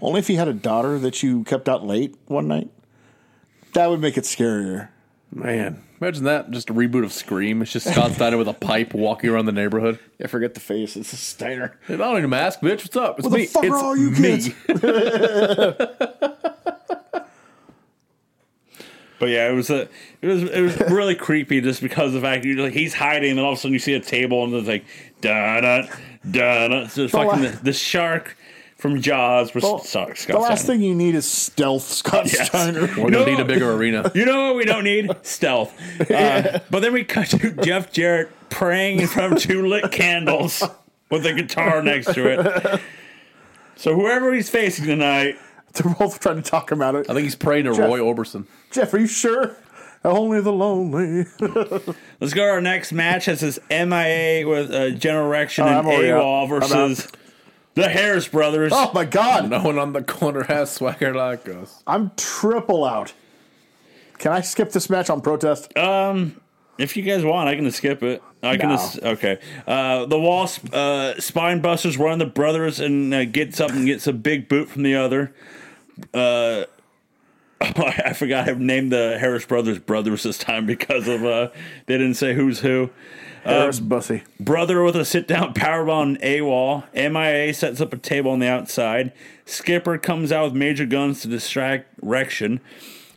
[SPEAKER 3] Only if you had a daughter that you kept out late one night. That would make it scarier.
[SPEAKER 2] Man, imagine that. Just a reboot of Scream. It's just Scott Snyder with a pipe walking around the neighborhood.
[SPEAKER 3] I forget the face. It's a Steiner.
[SPEAKER 2] I don't need a mask, bitch. What's up? It's
[SPEAKER 3] What the
[SPEAKER 2] me.
[SPEAKER 3] fuck
[SPEAKER 2] it's
[SPEAKER 3] are all you
[SPEAKER 2] me.
[SPEAKER 3] kids?
[SPEAKER 1] But yeah, it was a, it was it was really creepy just because of the fact you're like he's hiding, and all of a sudden you see a table and it's like da da da da. So it's fucking the,
[SPEAKER 3] la-
[SPEAKER 1] the shark from Jaws was Scott
[SPEAKER 3] the
[SPEAKER 1] Steiner.
[SPEAKER 3] last thing you need is stealth Scott
[SPEAKER 1] Yes.
[SPEAKER 3] Steiner.
[SPEAKER 2] We're gonna
[SPEAKER 1] No.
[SPEAKER 2] need a bigger arena.
[SPEAKER 1] You know what we don't need? Stealth. Uh, but then we cut to Jeff Jarrett praying in front of two lit candles with a guitar next to it. So whoever he's facing tonight,
[SPEAKER 3] They're both trying to talk him out of it.
[SPEAKER 2] I think he's praying to Roy Orbison.
[SPEAKER 3] Jeff, are you sure? Only the lonely.
[SPEAKER 1] let's go to our next match. This is MIA with uh, General Erection
[SPEAKER 3] Oh,
[SPEAKER 1] and
[SPEAKER 3] I'm already
[SPEAKER 1] AWOL
[SPEAKER 3] out. I'm out.
[SPEAKER 1] versus the Harris Brothers.
[SPEAKER 3] Oh my god,
[SPEAKER 2] No one on the corner has swagger like us.
[SPEAKER 3] I'm triple out. Can I skip this match on protest?
[SPEAKER 1] If you guys want, I can skip it. I can.
[SPEAKER 3] No.
[SPEAKER 1] as- okay. Uh, the wall sp- uh, spine busters one of the brothers and uh, gets up and gets a big boot from the other. Uh, I forgot I've named the Harris brothers brothers this time because of uh, they didn't say who's who.
[SPEAKER 3] Harris Bussy.
[SPEAKER 1] Brother with a sit down powerbomb and a wall. MIA sets up a table on the outside. Skipper comes out with major guns to distract Rection.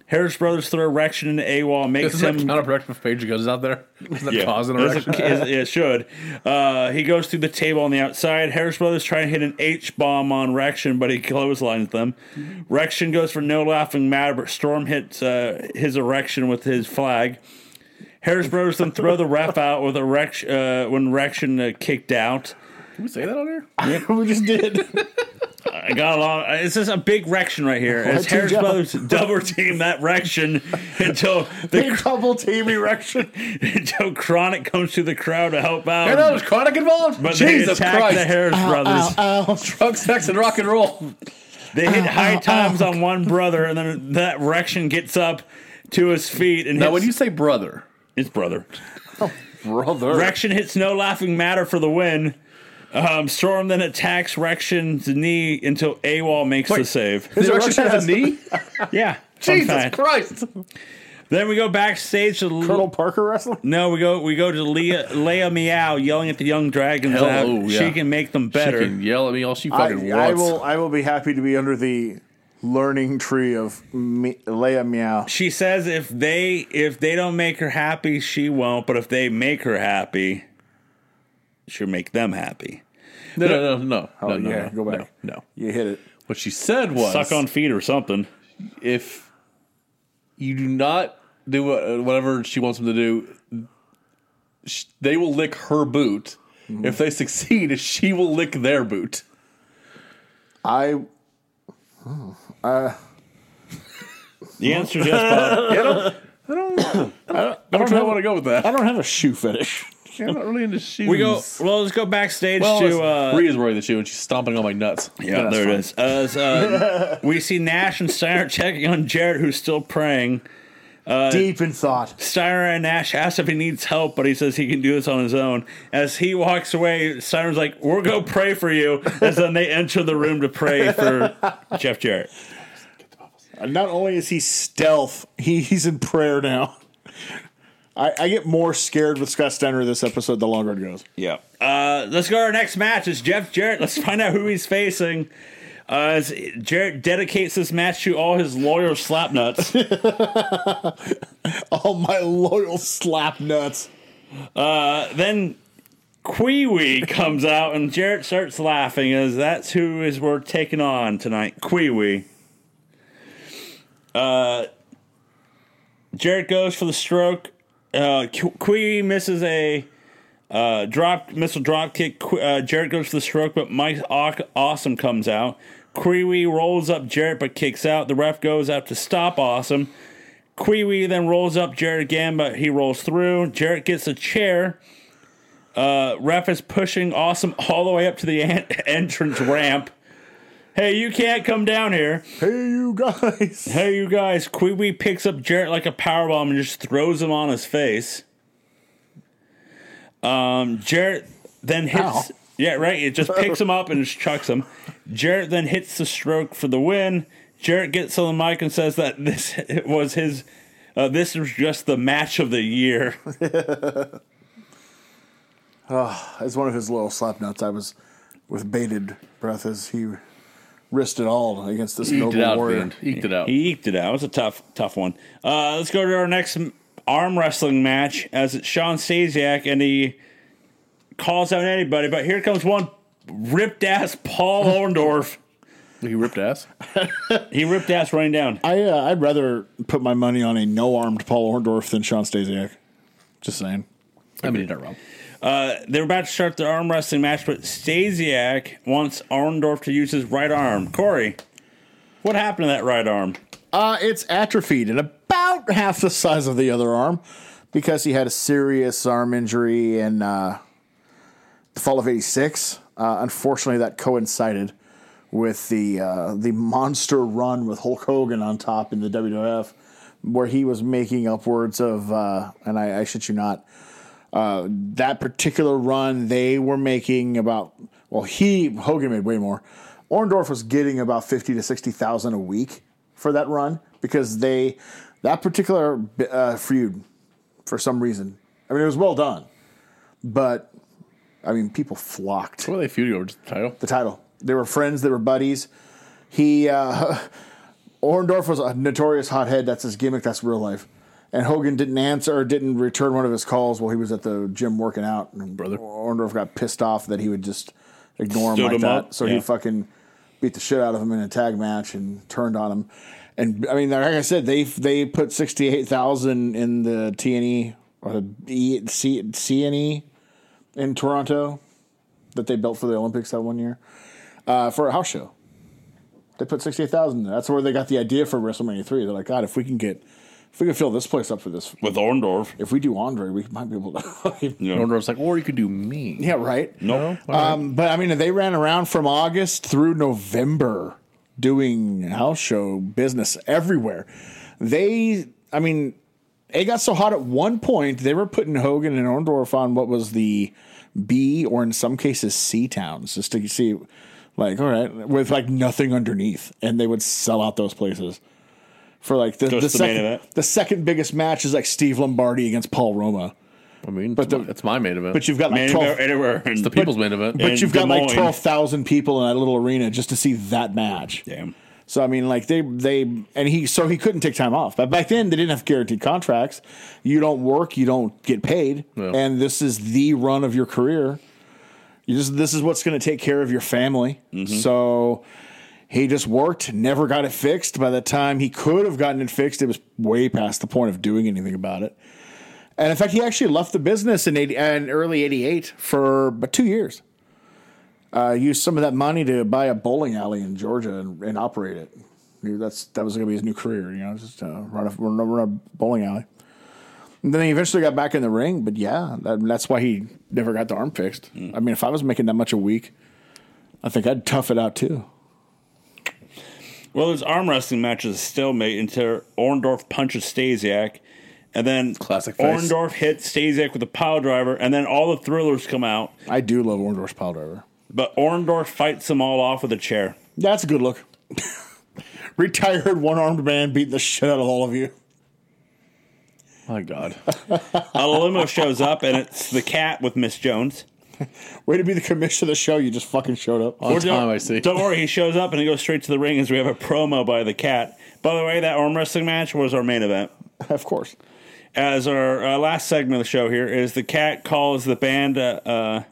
[SPEAKER 1] Harris brothers throw Rection into a wall, makes
[SPEAKER 2] Isn't that
[SPEAKER 1] him
[SPEAKER 2] counterproductive if Paige goes out there? Isn't that
[SPEAKER 1] yeah.
[SPEAKER 2] causing an
[SPEAKER 1] There's a-
[SPEAKER 2] erection?
[SPEAKER 1] is- it should. Uh, he goes through the table on the outside. Harris Brothers try and hit an H bomb on Rection, but he clotheslines them. Rection goes for no laughing matter, but Storm hits uh, his erection with his flag. Harris Brothers then throw the ref out with erection uh, when Rection uh, kicked out.
[SPEAKER 2] Can we say that on here?
[SPEAKER 3] we just did.
[SPEAKER 1] I got a lot. It's just a big Rection right here. As
[SPEAKER 3] teamed
[SPEAKER 1] Harris
[SPEAKER 3] up.
[SPEAKER 1] Brothers double team that Rection until
[SPEAKER 3] Big
[SPEAKER 1] the
[SPEAKER 3] double team erection.
[SPEAKER 1] until Chronic comes through the crowd to help out.
[SPEAKER 2] I know there's chronic involved.
[SPEAKER 1] But
[SPEAKER 2] Jesus
[SPEAKER 1] they attack
[SPEAKER 2] Christ!
[SPEAKER 1] the Harris brothers.
[SPEAKER 3] Oh,
[SPEAKER 2] Drug, sex, and rock and roll.
[SPEAKER 1] They hit high times on one brother, and then that Rection gets up to his feet and
[SPEAKER 2] Now,
[SPEAKER 1] hits
[SPEAKER 2] when you say brother,
[SPEAKER 1] his brother.
[SPEAKER 2] brother,
[SPEAKER 1] Rection hits no laughing matter for the win. Um, Storm then attacks Rection's knee until AWOL makes the save.
[SPEAKER 2] his erection has a knee.
[SPEAKER 1] Yeah. fun
[SPEAKER 2] Jesus
[SPEAKER 1] fact.
[SPEAKER 2] Christ!
[SPEAKER 1] Then we go backstage to
[SPEAKER 3] Colonel Parker wrestling.
[SPEAKER 1] No, we go we go to Leah Leia Meow yelling at the young dragons
[SPEAKER 2] Hell,
[SPEAKER 1] how
[SPEAKER 2] oh,
[SPEAKER 1] she
[SPEAKER 2] yeah.
[SPEAKER 1] can make them
[SPEAKER 2] She
[SPEAKER 1] better.
[SPEAKER 2] can yell at me all she fucking
[SPEAKER 3] I, I
[SPEAKER 2] wants.
[SPEAKER 3] will. I will be happy to be under the learning tree of me, Leia Meow.
[SPEAKER 1] she says if they if they don't make her happy, she won't. But if they make her happy, she'll make them happy.
[SPEAKER 2] No, no, no, no. Oh, no, no,
[SPEAKER 3] yeah,
[SPEAKER 2] no,
[SPEAKER 3] go back.
[SPEAKER 2] No, no.
[SPEAKER 3] You hit it.
[SPEAKER 2] What she said was,
[SPEAKER 1] Suck on feet or something.
[SPEAKER 2] if you do not do what- whatever she wants them to do, sh- they will lick her boot. If they succeed, she will lick their boot.
[SPEAKER 3] I
[SPEAKER 1] The answer is yes, Bob.
[SPEAKER 2] I don't know how I want to go with that.
[SPEAKER 3] I don't have a shoe fetish.
[SPEAKER 2] I'm not really into shoes.
[SPEAKER 1] We go. Well, let's go backstage
[SPEAKER 2] Well,
[SPEAKER 1] to.
[SPEAKER 2] to,
[SPEAKER 1] Uh,
[SPEAKER 2] Rhea's wearing the shoe and she's stomping on my nuts.
[SPEAKER 1] yeah, there it is. Uh, so, uh, we see Nash and Steiner checking on Jared, who's still praying.
[SPEAKER 3] Deep in thought.
[SPEAKER 1] Steiner and Nash asks if he needs help, but he says he can do this on his own. As he walks away, Steiner's like, "We'll go pray for you." As then they enter the room to pray for Jeff Jarrett.
[SPEAKER 3] uh, Not only is he stealth, he, he's in prayer now. I, I get more scared with Scott Steiner this episode the longer it goes.
[SPEAKER 1] Yeah. Uh, let's go to our next match. It's Jeff Jarrett. Let's find out who he's facing. Uh, as Jarrett dedicates this match to all his lawyer slapnuts.
[SPEAKER 3] Oh my loyal slap nuts.
[SPEAKER 1] uh, then Quee Wee comes out and Jarrett starts laughing as that's who is we're taking on tonight. Quee Wee. Uh, Jarrett goes for the stroke. Uh, Q- Quee Wee misses a uh, drop missile drop kick. Qu- Uh, Jarrett goes for the stroke, but Mike Aw- Awesome comes out. Quee Wee rolls up Jarrett but kicks out. The ref goes out to stop Awesome. Quee Wee then rolls up Jarrett again, but he rolls through. Jarrett gets a chair. Uh, ref is pushing Awesome all the way up to the en- entrance ramp. Hey, you can't come down here.
[SPEAKER 3] Hey you guys.
[SPEAKER 1] Hey, you guys. Quee Wee picks up Jarrett like a powerbomb and just throws him on his face. Um, Jarrett then hits.
[SPEAKER 3] Ow.
[SPEAKER 1] Yeah, right. It just picks him up and just chucks him. Jarrett then hits the stroke for the win. Jarrett gets on the mic and says that this was his. Uh, this was just the match of the year.
[SPEAKER 3] As one of his loyal slap nuts, I was with bated breath as he risked it all against this
[SPEAKER 2] Eked it
[SPEAKER 3] noble
[SPEAKER 2] out,
[SPEAKER 3] warrior.
[SPEAKER 2] man. Eked it out.
[SPEAKER 1] He eked it out. It was a tough, tough one. Uh, let's go to our next m- arm wrestling match as it's Sean Stasiak and he calls out anybody, but here comes one ripped ass Paul Orndorff.
[SPEAKER 2] He ripped ass.
[SPEAKER 1] He ripped ass running down.
[SPEAKER 3] I uh, I'd rather put my money on a no armed Paul Orndorff than Sean Stasiak. Just saying.
[SPEAKER 2] I mean, you're not wrong.
[SPEAKER 1] They're about to start the arm wrestling match, but Stasiak wants Orndorff to use his right arm. Corey, what happened to that right arm?
[SPEAKER 3] Uh, it's atrophied and about half the size of the other arm because he had a serious arm injury in uh, the fall of '86. Uh, unfortunately, that coincided with the uh, the monster run with Hulk Hogan on top in the WWF, where he was making upwards of, uh, and I, I shit you not, uh, that particular run they were making about. Well, he Hogan made way more. Orndorff was getting about fifty to sixty thousand a week for that run because they that particular uh, feud for some reason. I mean, it was well done, but I mean, people flocked
[SPEAKER 2] What are they feuding over? Just the title?
[SPEAKER 3] the title. They were friends. They were buddies. He uh, Orndorff was a notorious hothead. That's his gimmick. That's real life. And Hogan didn't answer or didn't return one of his calls while he was at the gym working out. And
[SPEAKER 2] Brother.
[SPEAKER 3] Orndorff got pissed off that he would just ignore
[SPEAKER 1] Stood
[SPEAKER 3] him like
[SPEAKER 1] him
[SPEAKER 3] that.
[SPEAKER 1] up,
[SPEAKER 3] So
[SPEAKER 1] yeah.
[SPEAKER 3] he fucking beat the shit out of him in a tag match and turned on him. And I mean, like I said, they they put sixty eight thousand in the TNE or the E- C- CNE in Toronto that they built for the Olympics that one year uh, for a house show. They put sixty eight thousand. That's where they got the idea for WrestleMania three. They're like, God, if we can get, if we can fill this place up for this,
[SPEAKER 1] With Orndorff.
[SPEAKER 3] if we do Andre, we might be able to.
[SPEAKER 2] Yeah. Orndorff's like, or you could do me.
[SPEAKER 3] yeah, right.
[SPEAKER 1] No.
[SPEAKER 3] Um, but I mean, they ran around from August through November doing house show business everywhere. They, I mean, it got so hot at one point they were putting Hogan and Orndorff on what was the B or in some cases C towns just to see, like, all right, with like nothing underneath, and they would sell out those places. For like the, the,
[SPEAKER 1] the main
[SPEAKER 3] second,
[SPEAKER 1] event.
[SPEAKER 3] the second biggest match is like Steve Lombardi against Paul Roma,
[SPEAKER 2] I mean, but it's,
[SPEAKER 3] the-
[SPEAKER 2] my, it's my main event.
[SPEAKER 3] but you've got like
[SPEAKER 1] Man,
[SPEAKER 3] twelve,
[SPEAKER 1] anywhere.
[SPEAKER 2] it's the people's main event.
[SPEAKER 1] but-
[SPEAKER 3] but
[SPEAKER 1] in
[SPEAKER 3] you've got
[SPEAKER 1] Des
[SPEAKER 3] like
[SPEAKER 1] Moines.
[SPEAKER 3] twelve thousand people in that little arena just to see that match.
[SPEAKER 1] Damn.
[SPEAKER 3] So I mean, like they they and he so he couldn't take time off. But back then they didn't have guaranteed contracts. You don't work, you don't get paid,
[SPEAKER 2] Yeah.
[SPEAKER 3] and this is the run of your career. You just this is what's going to take care of your family. So He just worked, never got it fixed. By the time he could have gotten it fixed, it was way past the point of doing anything about it. And in fact, he actually left the business in, 80, in early 88 for about two years. Uh, used some of that money to buy a bowling alley in Georgia and, and operate it. He- That's That was going to be his new career, you know, just uh, run, a, run, a, run a bowling alley. And then he eventually got back in the ring, but yeah, that, that's why he never got the arm fixed.
[SPEAKER 1] Mm.
[SPEAKER 3] I mean, if I was making that much a week, I think I'd tough it out too.
[SPEAKER 1] Well, there's arm wrestling matches still made until Orndorff punches Stasiak, and then
[SPEAKER 2] Classic face.
[SPEAKER 1] Orndorff hits Stasiak with a pile driver, and then all the thrillers come out.
[SPEAKER 3] I do love Orndorff's pile driver.
[SPEAKER 1] But Orndorff fights them all off with a chair.
[SPEAKER 3] That's a good look. Retired one armed man beating the shit out of all of you.
[SPEAKER 2] My God.
[SPEAKER 1] A limo shows up, and it's the cat with Miss Jones.
[SPEAKER 3] Way to be the commissioner of the show. You just fucking showed up.
[SPEAKER 2] On
[SPEAKER 1] Or don't-
[SPEAKER 2] time, I see.
[SPEAKER 1] Don't worry, he shows up and he goes straight to the ring as we have a promo by the cat. By the way, that arm wrestling match was our main event.
[SPEAKER 3] of course.
[SPEAKER 1] As our uh, last segment of the show here is the cat calls the band, uh, uh,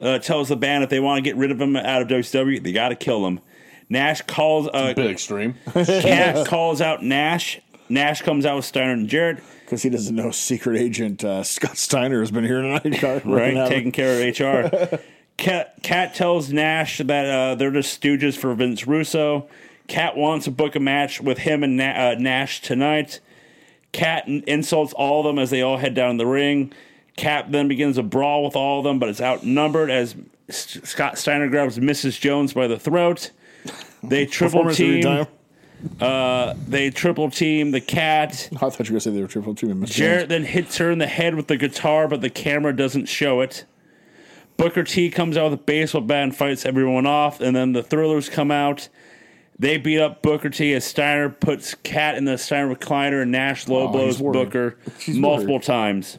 [SPEAKER 1] uh, tells the band if they want to get rid of him out of WCW, they got to kill him. Nash calls, uh,
[SPEAKER 2] Bit extreme.
[SPEAKER 1] cat calls out Nash. Nash comes out with Steiner and Jarrett,
[SPEAKER 3] Because he doesn't know secret agent uh, Scott Steiner has been here tonight. Got-
[SPEAKER 1] right?
[SPEAKER 3] looking at him.
[SPEAKER 1] Taking care of HR. Cat, Cat tells Nash that uh, they're just stooges for Vince Russo. Cat wants to book a match with him and Na- uh, Nash tonight. Cat in- insults all of them as they all head down the ring. Cat then begins a brawl with all of them, but it's outnumbered as S- Scott Steiner grabs Mrs. Jones by the throat. They triple
[SPEAKER 3] Performance of the
[SPEAKER 1] team.
[SPEAKER 3] time.
[SPEAKER 1] They triple team the cat.
[SPEAKER 3] I thought you were going to say they were triple teaming. Mr.
[SPEAKER 1] Jarrett then hits her in the head with the guitar, but the camera doesn't show it. Booker T comes out with a baseball bat and fights everyone off, and then the thrillers come out. They beat up Booker T as Steiner puts Cat in the Steiner recliner and Nash low
[SPEAKER 3] Aw,
[SPEAKER 1] blows
[SPEAKER 3] he's worried.
[SPEAKER 1] Booker
[SPEAKER 3] He's
[SPEAKER 1] multiple
[SPEAKER 3] worried.
[SPEAKER 1] times.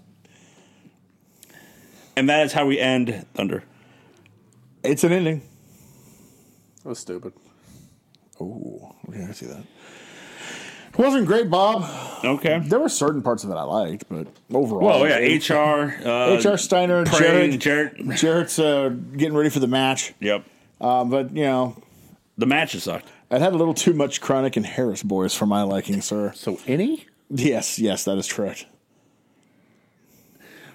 [SPEAKER 1] And that is how we end Thunder.
[SPEAKER 3] Jones. It's an ending.
[SPEAKER 2] That was stupid.
[SPEAKER 3] Oh, yeah, I see that. It wasn't great, Bob.
[SPEAKER 1] Okay.
[SPEAKER 3] There were certain parts of it I liked, but overall.
[SPEAKER 1] Well, yeah, HR. Uh,
[SPEAKER 3] H.R. Steiner,
[SPEAKER 1] praying,
[SPEAKER 3] Jarrett,
[SPEAKER 1] Jarrett.
[SPEAKER 3] Jarrett's uh, getting ready for the match.
[SPEAKER 1] Yep.
[SPEAKER 3] Uh, but, you know,
[SPEAKER 1] The matches sucked.
[SPEAKER 3] I'd had a little too much Chronic and Harris boys for my liking, sir.
[SPEAKER 2] So any?
[SPEAKER 3] Yes, yes, that is correct.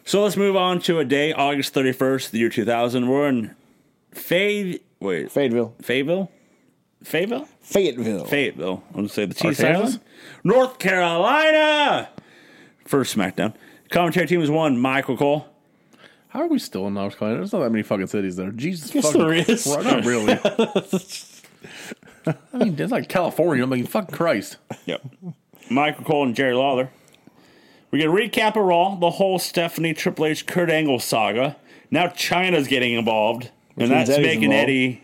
[SPEAKER 1] So let's move on to a day, August 31st, the year 2000. We're in Fay. Wait.
[SPEAKER 3] Fayetteville.
[SPEAKER 1] Fayetteville? Fayetteville?
[SPEAKER 3] Fayetteville.
[SPEAKER 1] Fayetteville. I'm going to say the T
[SPEAKER 2] Arkansas?
[SPEAKER 1] silence. North Carolina! First SmackDown. Commentary team was one, Michael Cole.
[SPEAKER 2] How are we still in North Carolina? There's not that many fucking cities there. Jesus
[SPEAKER 3] Yes,
[SPEAKER 2] fucking
[SPEAKER 3] there is.
[SPEAKER 2] Christ. Not really. I mean, it's like California. I'm like, fucking Christ.
[SPEAKER 1] Yep. Michael Cole and Jerry Lawler. We get a recap of Raw, the whole Stephanie, Triple H, Kurt Angle saga. Now China's getting involved, and
[SPEAKER 3] means
[SPEAKER 1] that's
[SPEAKER 3] Eddie's
[SPEAKER 1] making
[SPEAKER 3] involved.
[SPEAKER 1] Eddie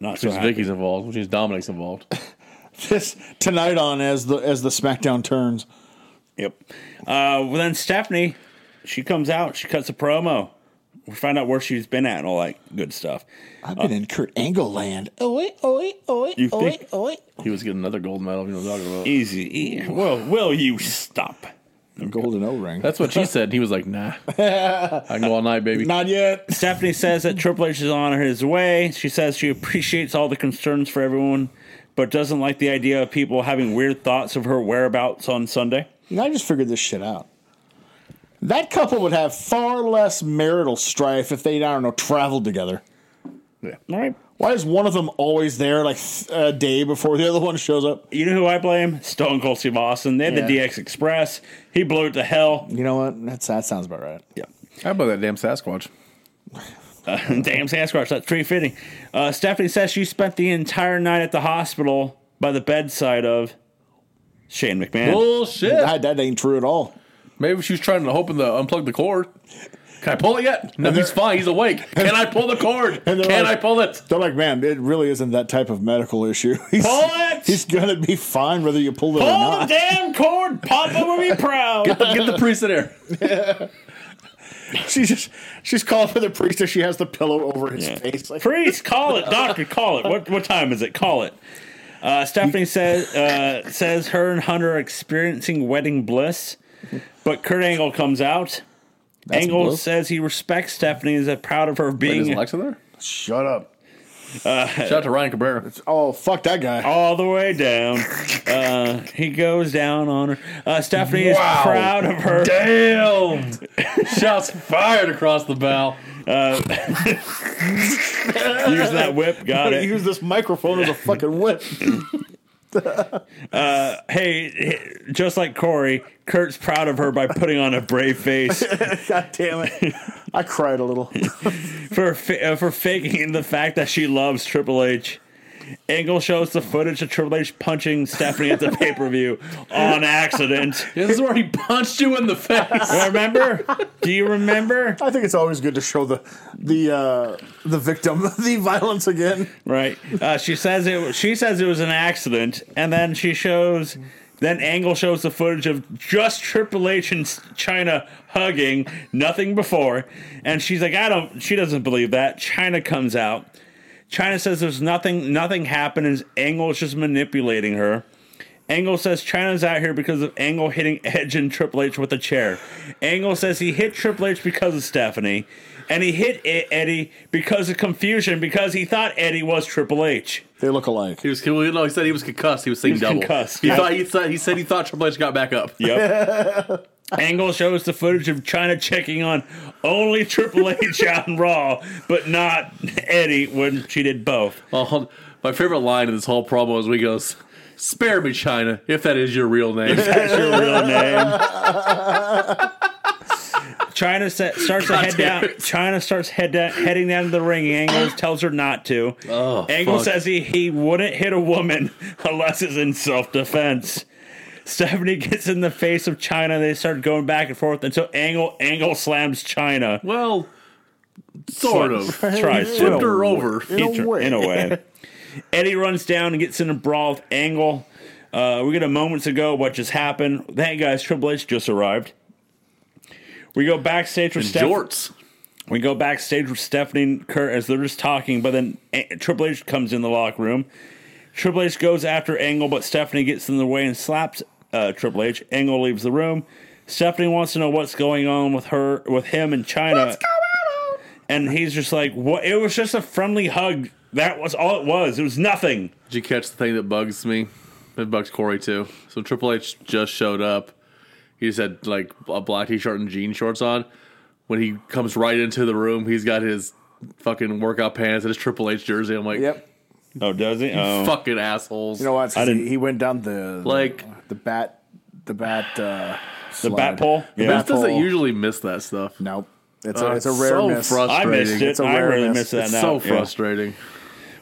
[SPEAKER 1] not so
[SPEAKER 2] Which means
[SPEAKER 1] happy.
[SPEAKER 2] Vicky's involved, which means Dominic's involved.
[SPEAKER 3] This tonight on as the as the SmackDown turns.
[SPEAKER 1] Yep. Uh, well, then Stephanie, she comes out, she cuts a promo. We find out where she's been at and all that good stuff.
[SPEAKER 3] I've been in Kurt Angle land. Oh,
[SPEAKER 1] Uh. You think
[SPEAKER 2] He was getting another gold medal. You know what I'm talking about.
[SPEAKER 1] easy? E, Well, will you stop?
[SPEAKER 3] golden O ring.
[SPEAKER 2] That's what she said. He was like, nah. I can go all night, baby.
[SPEAKER 3] Not yet.
[SPEAKER 1] Stephanie says that Triple H is on his way. She says she appreciates all the concerns for everyone, but doesn't like the idea of people having weird thoughts of her whereabouts on Sunday.
[SPEAKER 3] You know, I just figured this shit out. That couple would have far less marital strife if they, I don't know, traveled together.
[SPEAKER 1] All right.
[SPEAKER 3] Why is one of them always there like a day before the other one shows up?
[SPEAKER 1] You know who I blame? Stone Cold Steve Austin. They had the
[SPEAKER 3] Yeah.
[SPEAKER 1] DX Express. He blew it to hell.
[SPEAKER 3] You know what? That's, that sounds about right.
[SPEAKER 1] Yeah.
[SPEAKER 2] How about that damn Sasquatch?
[SPEAKER 1] Damn Sasquatch, that's tree fitting. Uh, Stephanie says she spent the entire night at the hospital by the bedside of Shane McMahon.
[SPEAKER 2] Bullshit.
[SPEAKER 3] That, that ain't true at all.
[SPEAKER 2] Maybe she was trying to hoping to unplug the cord. Can I pull it yet? No, he's fine. He's awake. Can I pull the cord? Can
[SPEAKER 3] And they're
[SPEAKER 2] I
[SPEAKER 3] like-
[SPEAKER 2] pull it?
[SPEAKER 3] They're like, man, it really isn't that type of medical issue. He's,
[SPEAKER 1] Pull it!
[SPEAKER 3] he's gonna be fine whether you pull it or
[SPEAKER 1] Pull the
[SPEAKER 3] not.
[SPEAKER 1] damn cord, Papa will be proud.
[SPEAKER 2] Get the priest in here.
[SPEAKER 3] She's just she's calling for the priest as she has the pillow over his
[SPEAKER 1] Yeah.
[SPEAKER 3] face. Like,
[SPEAKER 1] Priest, call it. Doctor, call it. What what time is it? Call it. Uh, Stephanie says uh, says her and Hunter are experiencing wedding bliss, but Kurt Angle comes out. Angle
[SPEAKER 3] bliss.
[SPEAKER 1] says he respects Stephanie and is proud of her
[SPEAKER 2] Wait, is
[SPEAKER 1] being
[SPEAKER 2] Alexa there?
[SPEAKER 3] shut up.
[SPEAKER 2] Shout out to Ryan Cabrera.
[SPEAKER 3] Oh, fuck that guy.
[SPEAKER 1] all the way down. Uh, he goes down on her. Uh, Stephanie
[SPEAKER 2] Wow.
[SPEAKER 1] is proud of her.
[SPEAKER 2] Damn! Shots fired across the bow.
[SPEAKER 1] Using that whip, got it.
[SPEAKER 3] Use this microphone as a fucking whip.
[SPEAKER 1] Hey, just like Corey, Kurt's proud of her by putting on a brave face
[SPEAKER 3] God damn it. I cried a little.
[SPEAKER 1] for fa- uh, for faking the fact that she loves Triple H. Engel shows the footage of Triple H punching Stephanie at the pay per view on accident.
[SPEAKER 2] This is where he punched you in the face.
[SPEAKER 1] Remember? Do you remember?
[SPEAKER 3] I think it's always good to show the the uh, the victim the violence again.
[SPEAKER 1] Right. Uh, she says it. She says it was an accident, and then she shows. Then Angle shows the footage of just Triple H and S- China hugging, nothing before, and she's like, "I don't." She doesn't believe that. China comes out. China says there's nothing. Nothing happened, and Angle is just manipulating her. Angle says China's out here because of Angle hitting Edge and Triple H with a chair. Angle says he hit Triple H because of Stephanie, and he hit E- Eddie because of confusion because he thought Eddie was Triple H.
[SPEAKER 3] They look alike.
[SPEAKER 2] He was well, no, he said he was concussed. He was seeing
[SPEAKER 1] was
[SPEAKER 2] double.
[SPEAKER 1] concussed,
[SPEAKER 2] He
[SPEAKER 1] yeah.
[SPEAKER 2] thought he said he said he thought Triple H got back up.
[SPEAKER 1] Yep. Angle shows the footage of China checking on only Triple H on Raw, but not Eddie when she did both.
[SPEAKER 2] Oh, my favorite line in this whole promo is we goes, "Spare me, China, if that is your real name."
[SPEAKER 1] That's your real name. China set, starts to
[SPEAKER 2] God
[SPEAKER 1] head
[SPEAKER 2] damn
[SPEAKER 1] down.
[SPEAKER 2] it.
[SPEAKER 1] China starts head down, heading down to the ring. Angle tells her not to.
[SPEAKER 2] Oh,
[SPEAKER 1] Angle
[SPEAKER 2] fuck.
[SPEAKER 1] says he, he wouldn't hit a woman unless it's in self defense. Stephanie gets in the face of China. They start going back and forth until Angle Angle slams China.
[SPEAKER 2] well, sort of.
[SPEAKER 1] Tries to.
[SPEAKER 2] Flipped her over.
[SPEAKER 3] In a
[SPEAKER 1] He tr-
[SPEAKER 3] way.
[SPEAKER 1] In a way. Eddie runs down and gets in a brawl with Angle. Uh, we get a moments ago what just happened. Hey guys, Triple H just arrived. We go backstage with Steph-
[SPEAKER 2] Jorts.
[SPEAKER 1] we go backstage with Stephanie and Kurt as they're just talking, but then A- Triple H comes in the locker room. Triple H goes after Angle, but Stephanie gets in the way and slaps uh, Triple H. Angle leaves the room. Stephanie wants to know what's going on with her, with him and China. And he's just like, "What? It was just a friendly hug. That was all it was. It was nothing."
[SPEAKER 2] Did you catch the thing that bugs me? It bugs Corey too. So Triple H just showed up. He just had like a black t-shirt and jean shorts on. When he comes right into the room, he's got his fucking workout pants and his Triple H jersey. I'm like,
[SPEAKER 3] Yep.
[SPEAKER 1] Oh, does he? Oh.
[SPEAKER 2] fucking assholes.
[SPEAKER 3] You know what?
[SPEAKER 1] I didn't-
[SPEAKER 3] He, he went down the
[SPEAKER 2] Like-
[SPEAKER 3] the bat the bat uh,
[SPEAKER 1] the bat pole.
[SPEAKER 3] The
[SPEAKER 1] Yeah.
[SPEAKER 2] Vince doesn't
[SPEAKER 3] Apple.
[SPEAKER 2] usually miss that stuff.
[SPEAKER 3] Nope. It's a,
[SPEAKER 2] Oh,
[SPEAKER 3] it's a
[SPEAKER 2] it's
[SPEAKER 3] rare
[SPEAKER 2] so
[SPEAKER 3] miss.
[SPEAKER 2] frustrating.
[SPEAKER 1] I missed it.
[SPEAKER 3] It's a
[SPEAKER 1] I
[SPEAKER 3] rare
[SPEAKER 1] really
[SPEAKER 3] miss.
[SPEAKER 1] missed that.
[SPEAKER 2] It's
[SPEAKER 1] now.
[SPEAKER 2] so
[SPEAKER 1] Yeah.
[SPEAKER 2] frustrating.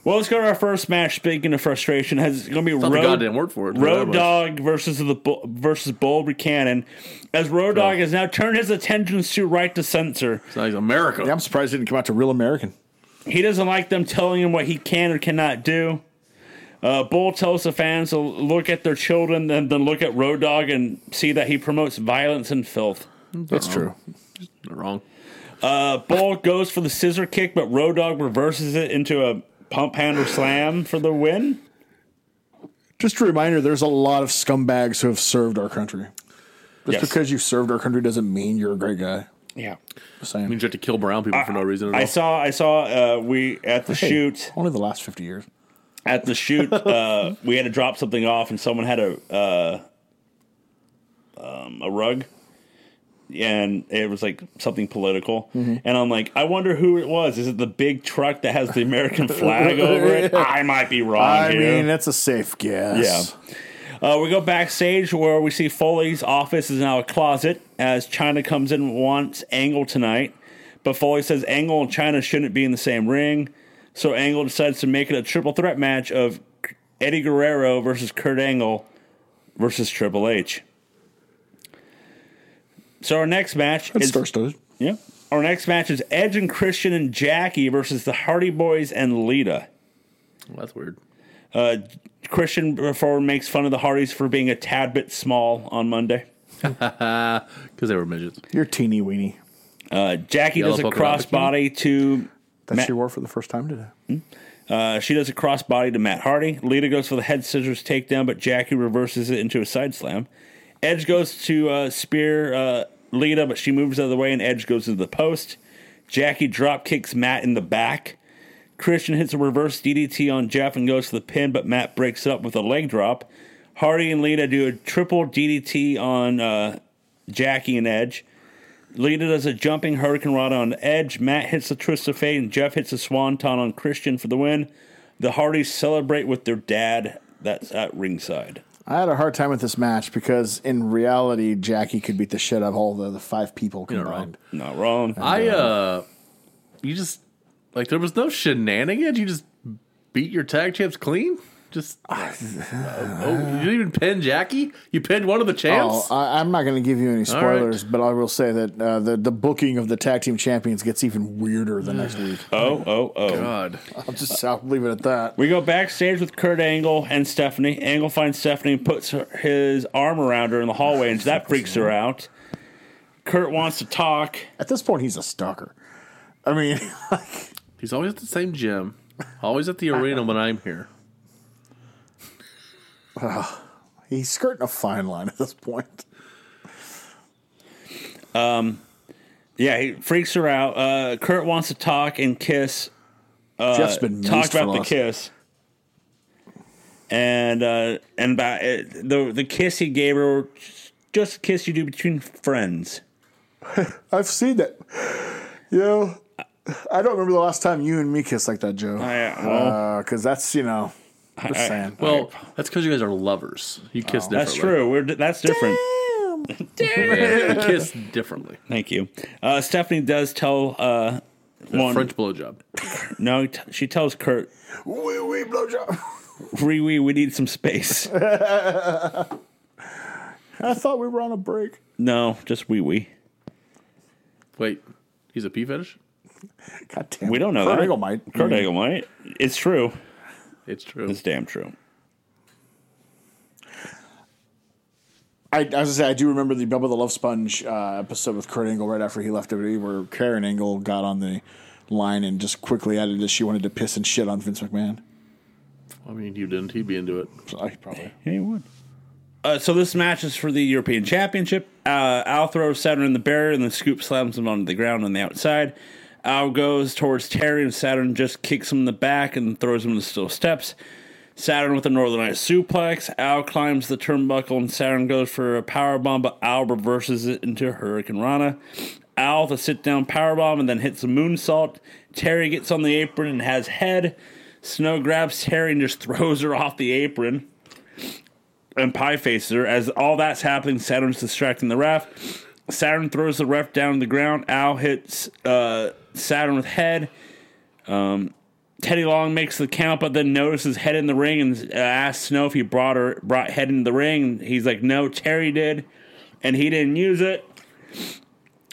[SPEAKER 1] Well, let's go to our first match. Speaking of frustration, has going to be
[SPEAKER 2] Not the
[SPEAKER 1] Road
[SPEAKER 2] goddamn word for it.
[SPEAKER 1] Road
[SPEAKER 2] Whatever.
[SPEAKER 1] Dog versus the Bull- versus Bull Buchanan, as Road Dog has now turned his attentions to Right to Censor.
[SPEAKER 2] It's like America.
[SPEAKER 3] Yeah, I'm surprised it didn't come out to real American.
[SPEAKER 1] He doesn't like them telling him what he can or cannot do. Uh, Bull tells the fans to look at their children and then look at Road Dog and see that he promotes violence and filth.
[SPEAKER 2] Mm-hmm.
[SPEAKER 3] That's true.
[SPEAKER 2] Wrong.
[SPEAKER 1] Uh, Bull goes for the scissor kick, but Road Dog reverses it into a pump handle slam for the win.
[SPEAKER 3] Just a reminder: there's a lot of scumbags who have served our country. Just
[SPEAKER 1] Yes.
[SPEAKER 3] because you served our country doesn't mean you're a great guy.
[SPEAKER 1] Yeah.
[SPEAKER 3] Just saying.
[SPEAKER 2] Means you have to kill brown people for no reason at all.
[SPEAKER 1] I saw I saw uh, we at the
[SPEAKER 3] Hey,
[SPEAKER 1] shoot
[SPEAKER 3] Only the last fifty years.
[SPEAKER 1] at the shoot uh, we had to drop something off and someone had a uh, um, a rug and it was like something political
[SPEAKER 3] Mm-hmm.
[SPEAKER 1] and I'm like I wonder who it was is it the big truck that has the American flag over it I might be wrong
[SPEAKER 3] I
[SPEAKER 1] here.
[SPEAKER 3] mean, that's a safe guess.
[SPEAKER 1] Yeah. Uh, we go backstage where we see Foley's office is now a closet as China comes in and wants Angle tonight. But Foley says Angle and China shouldn't be in the same ring. So Angle decides to make it a triple threat match of Eddie Guerrero versus Kurt Angle versus Triple H. So our next match
[SPEAKER 3] It
[SPEAKER 1] is
[SPEAKER 3] starts to
[SPEAKER 1] yeah. Our next match is Edge and Christian and Jackie versus the Hardy Boys and Lita.
[SPEAKER 2] Well, that's weird.
[SPEAKER 1] Uh, Christian before makes fun of the Hardys for being a tad bit small on Monday.
[SPEAKER 2] Because Uh, they were midgets.
[SPEAKER 3] you're teeny weeny.
[SPEAKER 1] Uh, Jackie
[SPEAKER 2] Yellow
[SPEAKER 1] does a
[SPEAKER 2] polka dot
[SPEAKER 1] crossbody to
[SPEAKER 3] That
[SPEAKER 1] Ma-
[SPEAKER 3] she wore for the first time today.
[SPEAKER 1] uh, she does a crossbody to Matt Hardy. Lita goes for the head scissors takedown, but Jackie reverses it into a side slam. Edge goes to uh, spear uh, Lita, but she moves out of the way, and Edge goes to the post. Jackie drop kicks Matt in the back. Christian hits a reverse DDT on Jeff and goes for the pin, but Matt breaks it up with a leg drop. Hardy and Lita do a triple DDT on uh, Jackie and Edge. Lita does a jumping Hurricane Rod on Edge. Matt hits the Twist of Fate, and Jeff hits a Swanton on Christian for the win. The Hardys celebrate with their dad. That's at ringside.
[SPEAKER 3] I had a hard time with this match because in reality, Jackie could beat the shit out of all the, the five people
[SPEAKER 2] not
[SPEAKER 3] combined.
[SPEAKER 1] Not wrong.
[SPEAKER 2] I uh, you just like there was no shenanigans. You just beat your tag champs clean. Just oh, you didn't even pin Jackie. You pinned one of the
[SPEAKER 3] Oh,
[SPEAKER 2] champs.
[SPEAKER 3] I, I'm not going to give you any
[SPEAKER 2] All right.
[SPEAKER 3] spoilers, but I will say that uh, the the booking of the tag team champions gets even weirder the next week.
[SPEAKER 1] oh, oh, oh.
[SPEAKER 2] God,
[SPEAKER 3] I'll just I'll leave it at that.
[SPEAKER 1] We go backstage with Kurt Angle and Stephanie. Angle finds Stephanie and puts her, his arm around her in the hallway, and that freaks her out. Kurt wants to talk.
[SPEAKER 3] At this point, he's a stalker. I mean,
[SPEAKER 2] he's always at the same gym. Always at the arena when I'm here.
[SPEAKER 3] he's skirting a fine line at this point.
[SPEAKER 1] Yeah, he freaks her out. Uh, Kurt wants to talk and kiss.
[SPEAKER 3] Jeff's been
[SPEAKER 1] Uh, Talk
[SPEAKER 3] moosed for
[SPEAKER 1] about the
[SPEAKER 3] last-
[SPEAKER 1] kiss. And uh, and about it, the the kiss he gave her, just a kiss you do between friends.
[SPEAKER 3] I've seen that. You know, I don't remember the last time you and me kissed like that, Joe.
[SPEAKER 1] yeah, uh, well-
[SPEAKER 3] because that's you know, just
[SPEAKER 1] I-
[SPEAKER 3] saying.
[SPEAKER 2] Well, that's because you guys are lovers. You kiss differently.
[SPEAKER 1] That's true. We're that's different.
[SPEAKER 2] Yeah, you kiss differently.
[SPEAKER 1] Thank you. Uh, Stephanie does tell. Uh, one,
[SPEAKER 2] French blowjob.
[SPEAKER 1] No, t- she tells Kurt
[SPEAKER 3] wee wee blowjob.
[SPEAKER 1] Free we we need some space.
[SPEAKER 3] I thought we were on a break.
[SPEAKER 1] no, just wee wee.
[SPEAKER 2] Wait, he's a pee fetish?
[SPEAKER 3] God damn.
[SPEAKER 1] We don't know
[SPEAKER 3] Kurt
[SPEAKER 1] that.
[SPEAKER 3] Angle might. Mm.
[SPEAKER 1] Kurt Angle might. It's true.
[SPEAKER 2] It's true.
[SPEAKER 1] It's damn true.
[SPEAKER 3] I, I was gonna say I do remember the Bubba the Love Sponge uh, episode with Kurt Angle right after he left WWE, where Karen Angle got on the line and just quickly added that she wanted to piss and shit on Vince McMahon.
[SPEAKER 2] I mean, you didn't. He'd be into it.
[SPEAKER 3] So I probably
[SPEAKER 1] Yeah, he would. Uh, so this match is for the European Championship. Uh, Al throws Saturn in the barrier, and then Scoop slams him onto the ground on the outside. Al goes towards Terry, and Saturn just kicks him in the back and throws him to the steel steps. Saturn with a Northern Eye suplex. Al climbs the turnbuckle, and Saturn goes for a power bomb, but Al reverses it into Hurricane Rana. Al with a sit down power bomb, and then hits a moonsault. Terry gets on the apron and has head. Snow grabs Terry and just throws her off the apron and pie faces her. As all that's happening, Saturn's distracting the ref. Saturn throws the ref down to the ground. Al hits uh, Saturn with head. Um, Teddy Long makes the count, but then notices head in the ring and uh, asks Snow if he brought her brought head into the ring. And he's like, "No, Terry did, and he didn't use it."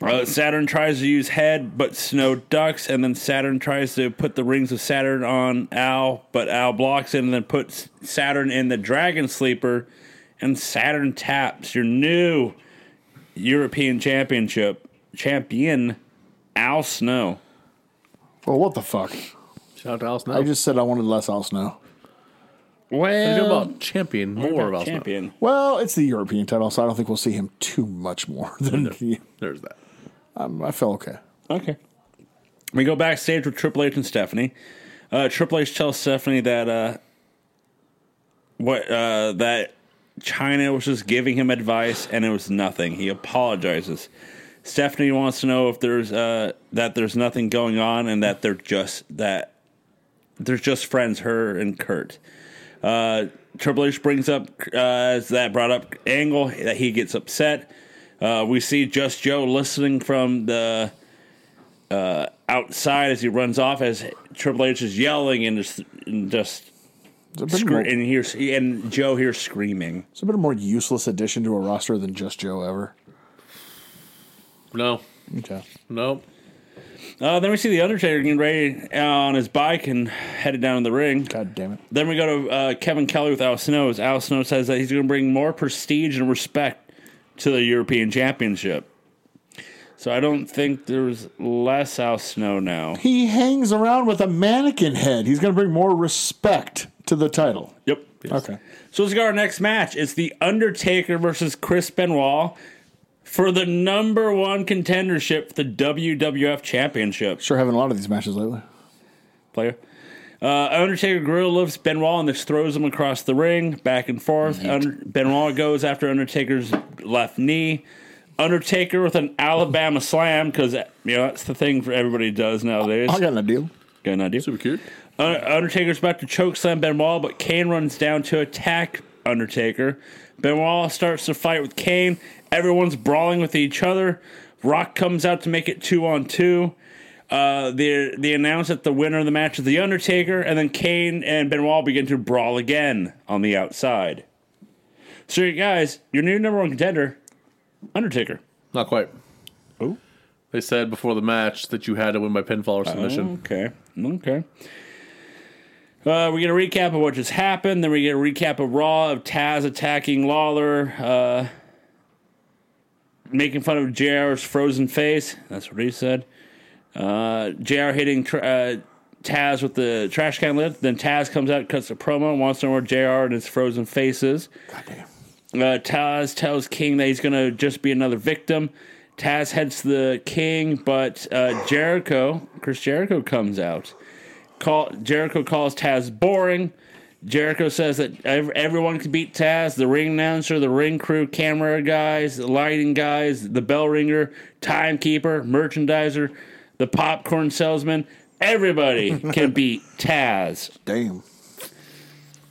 [SPEAKER 1] Uh, Saturn tries to use head, but Snow ducks, and then Saturn tries to put the rings of Saturn on Al, but Al blocks it and then puts Saturn in the Dragon Sleeper, and Saturn taps your new European Championship champion, Al Snow.
[SPEAKER 3] Well, what the fuck?
[SPEAKER 2] Shout out to Al Snow.
[SPEAKER 3] I just said I wanted less Al Snow.
[SPEAKER 2] What do you know
[SPEAKER 1] Well,
[SPEAKER 2] about champion more about champion.
[SPEAKER 1] champion.
[SPEAKER 3] Well, it's the European title, so I don't think we'll see him too much more than the,
[SPEAKER 2] There's that.
[SPEAKER 3] um, I feel okay.
[SPEAKER 1] Okay. We go backstage with Triple H and Stephanie. Uh, Triple H tells Stephanie that uh, what uh, that China was just giving him advice and it was nothing. He apologizes. Stephanie wants to know if there's uh, that there's nothing going on and that they're just that they're just friends, her and Kurt. Uh, Triple H brings up uh, as that brought up Angle that he gets upset. Uh, we see Just Joe listening from the outside as he runs off as Triple H is yelling and just and just
[SPEAKER 3] It's a bit,
[SPEAKER 1] scre-
[SPEAKER 3] more,
[SPEAKER 1] and hears and Joe hears screaming.
[SPEAKER 3] it's a bit more useless addition to a roster than just Joe ever.
[SPEAKER 2] No,
[SPEAKER 3] Okay.
[SPEAKER 2] no.
[SPEAKER 1] Uh, then we see the Undertaker getting ready uh, on his bike and headed down in the ring.
[SPEAKER 3] God damn it.
[SPEAKER 1] Then we go to uh, Kevin Kelly with Al Snow. As Al Snow says that he's going to bring more prestige and respect to the European Championship. So I don't think there's less Al Snow now.
[SPEAKER 3] He hangs around with a mannequin head. He's going to bring more respect to the title.
[SPEAKER 1] Yep.
[SPEAKER 3] Okay.
[SPEAKER 1] So let's go to our next match. It's The Undertaker versus Chris Benoit for the number one contendership for the WWF Championship.
[SPEAKER 3] Sure having a lot of these matches lately.
[SPEAKER 1] player. Uh, Undertaker gorilla lifts Benoit and this throws him across the ring, back and forth. Under- Benoit goes after Undertaker's left knee. Undertaker with an Alabama slam because you know that's the thing for everybody does nowadays.
[SPEAKER 3] I got no deal.
[SPEAKER 1] Good idea.
[SPEAKER 2] Super cute.
[SPEAKER 1] Un- Undertaker's about to choke slam Benoit, but Kane runs down to attack Undertaker. Benoit starts to fight with Kane. Everyone's brawling with each other. Rock comes out to make it two on two. Uh, they they announce that the winner of the match is the Undertaker, and then Kane and Benoit begin to brawl again on the outside. So, you guys, your new number one contender, Undertaker.
[SPEAKER 2] Not quite.
[SPEAKER 1] Oh.
[SPEAKER 2] They said before the match that you had to win by pinfall or submission.
[SPEAKER 1] Okay. Okay. Uh, we get a recap of what just happened. Then we get a recap of Raw of Taz attacking Lawler, uh, making fun of JR's frozen face. That's what he said. Uh, JR hitting tr uh, Taz with the trash can lid. Then Taz comes out, cuts a promo, and wants to know where JR and his frozen face is. Uh, Taz tells King that he's going to just be another victim. Taz heads to the King, but uh, Jericho, Chris Jericho, comes out. Call, Jericho calls Taz boring. Jericho says that ev- everyone can beat Taz the ring announcer, the ring crew, camera guys, the lighting guys, the bell ringer, timekeeper, merchandiser, the popcorn salesman. Everybody can beat Taz.
[SPEAKER 3] Damn.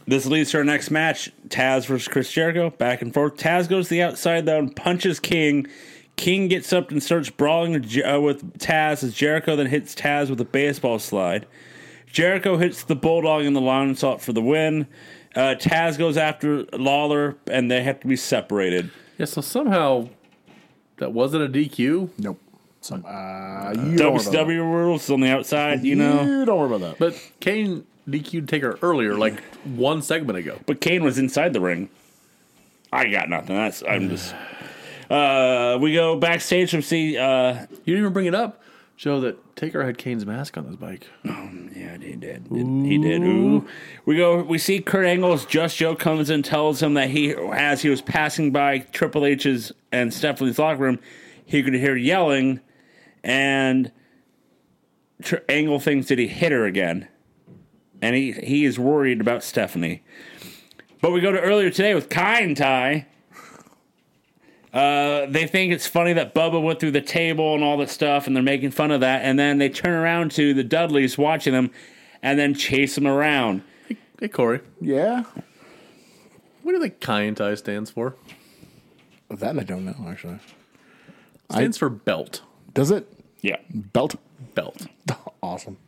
[SPEAKER 1] This leads to our next match Taz versus Chris Jericho. Back and forth. Taz goes to the outside, though, and punches King. King gets up and starts brawling with Jer- uh, with Taz as Jericho then hits Taz with a baseball slide. Jericho hits the Bulldog in the line assault for the win. Uh, Taz goes after Lawler, and they have to be separated.
[SPEAKER 2] Yeah, so somehow that wasn't a DQ,
[SPEAKER 3] Nope. Some uh, you don't worry about that.
[SPEAKER 1] WCW rules on the outside, you know.
[SPEAKER 3] You don't worry about that.
[SPEAKER 2] but Kane DQ'd Taker earlier, like one segment ago.
[SPEAKER 1] But Kane was inside the ring. I got nothing. That's I'm just. Uh, we go backstage to see uh,
[SPEAKER 2] You didn't even bring it up, Joe, that Taker had Kane's mask on his bike.
[SPEAKER 1] Yeah, he did. Did- He did. Ooh. We go. We see Kurt Angle's Just Joe comes and tells him that he, as he was passing by Triple H's and Stephanie's locker room, he could hear yelling, and Tr- Angle thinks that he hit her again, and he he is worried about Stephanie. But we go to earlier today with Kai and Ty. Uh, they think it's funny that Bubba went through the table and all that stuff, and they're making fun of that. And then they turn around to the Dudleys watching them, and then chase them around.
[SPEAKER 2] Hey, hey Corey,
[SPEAKER 3] Yeah.
[SPEAKER 2] what do you think Kane Tai stands for?
[SPEAKER 3] That I don't know actually.
[SPEAKER 2] Stands for belt.
[SPEAKER 3] Does it
[SPEAKER 1] Yeah,
[SPEAKER 3] belt?
[SPEAKER 2] Belt.
[SPEAKER 3] Awesome.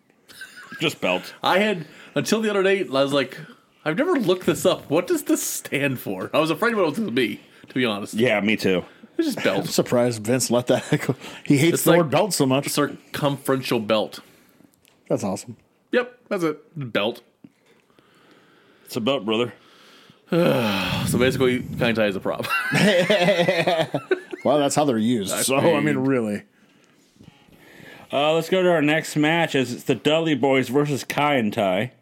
[SPEAKER 1] just belt.
[SPEAKER 2] I had until the other day. I was like, I've never looked this up. What does this stand for? I was afraid what it was going to be. To be honest,
[SPEAKER 1] Yeah, me too.
[SPEAKER 2] it's just
[SPEAKER 3] I'm
[SPEAKER 2] belt,
[SPEAKER 3] surprised Vince let that go. He hates
[SPEAKER 2] It's
[SPEAKER 3] the
[SPEAKER 2] like-
[SPEAKER 3] word belt so much.
[SPEAKER 2] circumferential belt.
[SPEAKER 3] That's awesome.
[SPEAKER 2] Yep, that's it. Belt.
[SPEAKER 1] It's a belt, brother.
[SPEAKER 2] So basically, kind tie is a prop.
[SPEAKER 3] Well, that's how they're used. so I mean, really.
[SPEAKER 1] Uh, let's go to our next match as it's the Dudley Boys versus Kai and Ty.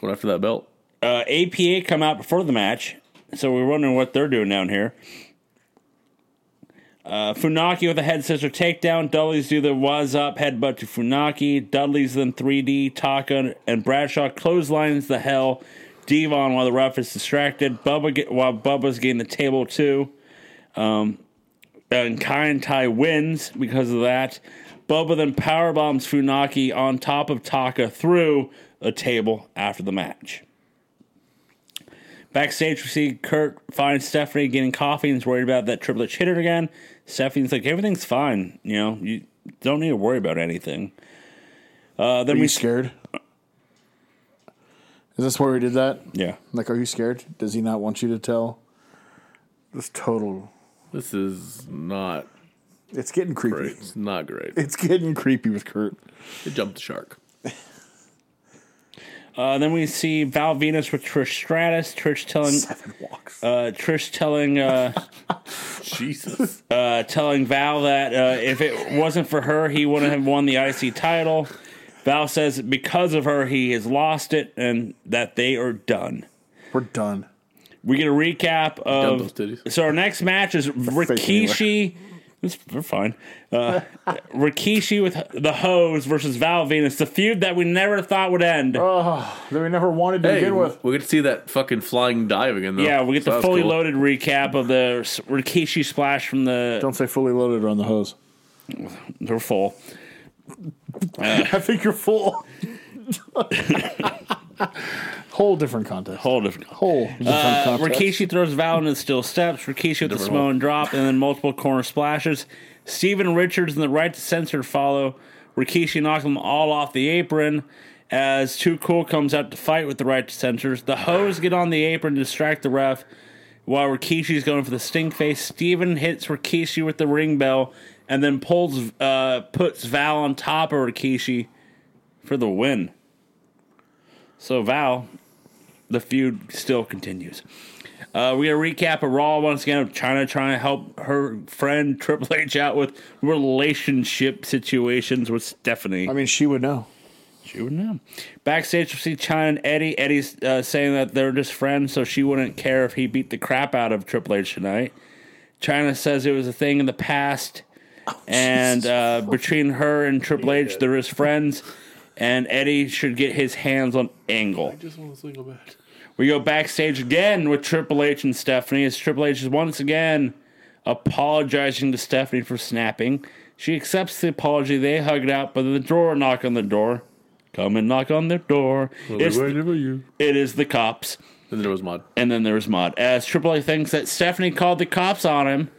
[SPEAKER 2] Going after that belt.
[SPEAKER 1] Uh, APA come out before the match, so we're wondering what they're doing down here. Uh, Funaki with a head scissor takedown. Dudley's do the was up headbutt to Funaki. Dudley's then 3D. Taka and Bradshaw clotheslines the hell. Devon while the ref is distracted. Bubba get, while Bubba's getting the table too. Um, and Kai and Tai wins because of that. Bubba then power bombs Funaki on top of Taka through a table after the match. Backstage, we see Kurt finds Stephanie getting coffee and is worried about that Triple H hit her again. Stephanie's like, everything's fine. You know, you don't need to worry about anything. Uh, then
[SPEAKER 3] Are
[SPEAKER 1] we.
[SPEAKER 3] you scared? Is this where we did that?
[SPEAKER 1] Yeah.
[SPEAKER 3] Like, are you scared? Does he not want you to tell? This total.
[SPEAKER 2] This is not
[SPEAKER 3] It's getting creepy.
[SPEAKER 2] great. It's not great.
[SPEAKER 3] It's getting creepy with Kurt.
[SPEAKER 2] It jumped the shark.
[SPEAKER 1] Uh, then we see Val Venus with Trish Stratus. Trish telling.
[SPEAKER 3] Seven walks.
[SPEAKER 1] Uh, Trish telling. Uh,
[SPEAKER 2] Jesus.
[SPEAKER 1] uh, telling Val that uh, if it wasn't for her, he wouldn't have won the IC title. Val says because of her, he has lost it and that they are done.
[SPEAKER 3] We're done.
[SPEAKER 1] We get a recap
[SPEAKER 2] Done
[SPEAKER 1] of.
[SPEAKER 2] those titties.
[SPEAKER 1] So our next match is Rikishi It's, we're fine. Uh, Rikishi with the hose versus Val Venus, the feud that we never thought would end.
[SPEAKER 3] that we never wanted to
[SPEAKER 2] Hey,
[SPEAKER 3] begin with.
[SPEAKER 2] we get to see that fucking flying dive again, though.
[SPEAKER 1] yeah, we get
[SPEAKER 2] So
[SPEAKER 1] the
[SPEAKER 2] that's
[SPEAKER 1] fully
[SPEAKER 2] cool.
[SPEAKER 1] loaded recap of the s- Rikishi splash from the.
[SPEAKER 3] Don't say fully loaded on the hose.
[SPEAKER 1] They're full.
[SPEAKER 3] I think you're full. Whole different context.
[SPEAKER 1] Whole different.
[SPEAKER 3] Whole different
[SPEAKER 1] Uh,
[SPEAKER 3] context.
[SPEAKER 1] Rikishi throws Val into the steel steps. Rikishi with the
[SPEAKER 2] Different
[SPEAKER 1] Samoan drop and then multiple corner splashes. Steven Richards and the right to censor follow. Rikishi knocks them all off the apron as Too Cool comes out to fight with the right to censors. The hoes get on the apron to distract the ref while Rikishi's going for the stink face. Steven hits Rikishi with the ring bell and then pulls, uh, puts Val on top of Rikishi for the win. So Val, the feud still continues. Uh, we gonna recap a Raw once again of China trying to help her friend Triple H out with relationship situations with Stephanie.
[SPEAKER 3] I mean, she would know.
[SPEAKER 1] She would know. Backstage, we see China and Eddie. Eddie's uh, saying that they're just friends, so she wouldn't care if he beat the crap out of Triple H tonight. China says it was a thing in the past, and uh, between her and Triple H, they're his friends, and Eddie should get his hands on Angle.
[SPEAKER 2] Just want to single bed.
[SPEAKER 1] We go backstage again with Triple H and Stephanie as Triple H is once again apologizing to Stephanie for snapping. She accepts the apology. They hug it out, but then the door knock on the door. Come and knock on their door. It's,
[SPEAKER 2] you?
[SPEAKER 1] it is the cops.
[SPEAKER 2] And there was mod.
[SPEAKER 1] And then there's Mod. As Triple H thinks that Stephanie called the cops on him.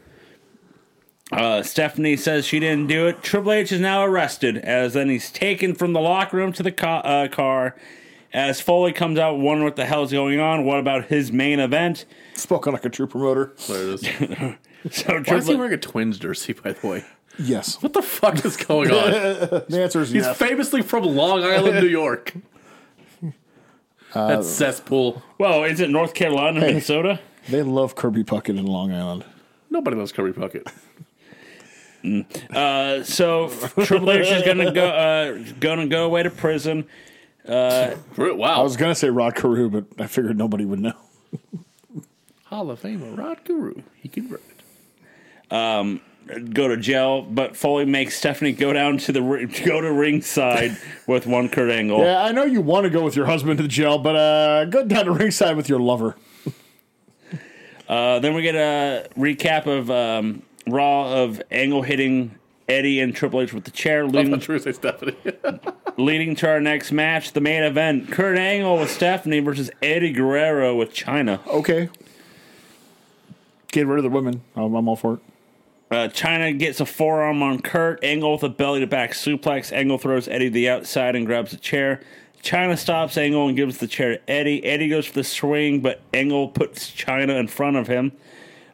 [SPEAKER 1] Uh, Stephanie says she didn't do it. Triple H is now arrested, as then he's taken from the locker room to the co- uh, car. As Foley comes out, wondering what the hell's going on. What about his main event?
[SPEAKER 3] Spoken like a true promoter.
[SPEAKER 2] There it is. Why
[SPEAKER 1] So
[SPEAKER 2] is he
[SPEAKER 1] Triple
[SPEAKER 2] wearing a twins jersey, by the way?
[SPEAKER 3] Yes.
[SPEAKER 2] What the fuck is going on?
[SPEAKER 3] The answer is
[SPEAKER 2] He's
[SPEAKER 3] yes.
[SPEAKER 2] famously from Long Island, New York.
[SPEAKER 1] Uh,
[SPEAKER 2] That's cesspool.
[SPEAKER 1] well, is it North Carolina, Minnesota?
[SPEAKER 3] They love Kirby Puckett in Long Island.
[SPEAKER 2] Nobody loves Kirby Puckett.
[SPEAKER 1] Uh, so Triple H is gonna go, uh, gonna go away to prison.
[SPEAKER 3] I
[SPEAKER 2] Wow.
[SPEAKER 3] was going to say Rod Carew, but I figured nobody would know.
[SPEAKER 2] Hall of Famer Rod Guru. He converted.
[SPEAKER 1] go to jail, but Foley makes Stephanie go down to the ri- go to ringside with one Kurt Angle.
[SPEAKER 3] Yeah, Uh, I know you want to go with your husband to the jail, but uh, go down to ringside with your lover.
[SPEAKER 1] Uh, then we get a recap of um, Raw of Angle hitting Eddie and Triple H with the chair,
[SPEAKER 2] I'm
[SPEAKER 1] leading,
[SPEAKER 2] sure say Stephanie.
[SPEAKER 1] leading to our next match, the main event: Kurt Angle with Stephanie versus Eddie Guerrero with China.
[SPEAKER 3] Okay. Get rid of the women. I'm, I'm all for it.
[SPEAKER 1] Uh, China gets a forearm on Kurt. Angle with a belly to back suplex. Angle throws Eddie to the outside and grabs a chair. China stops Angle and gives the chair to Eddie. Eddie goes for the swing, but Angle puts China in front of him.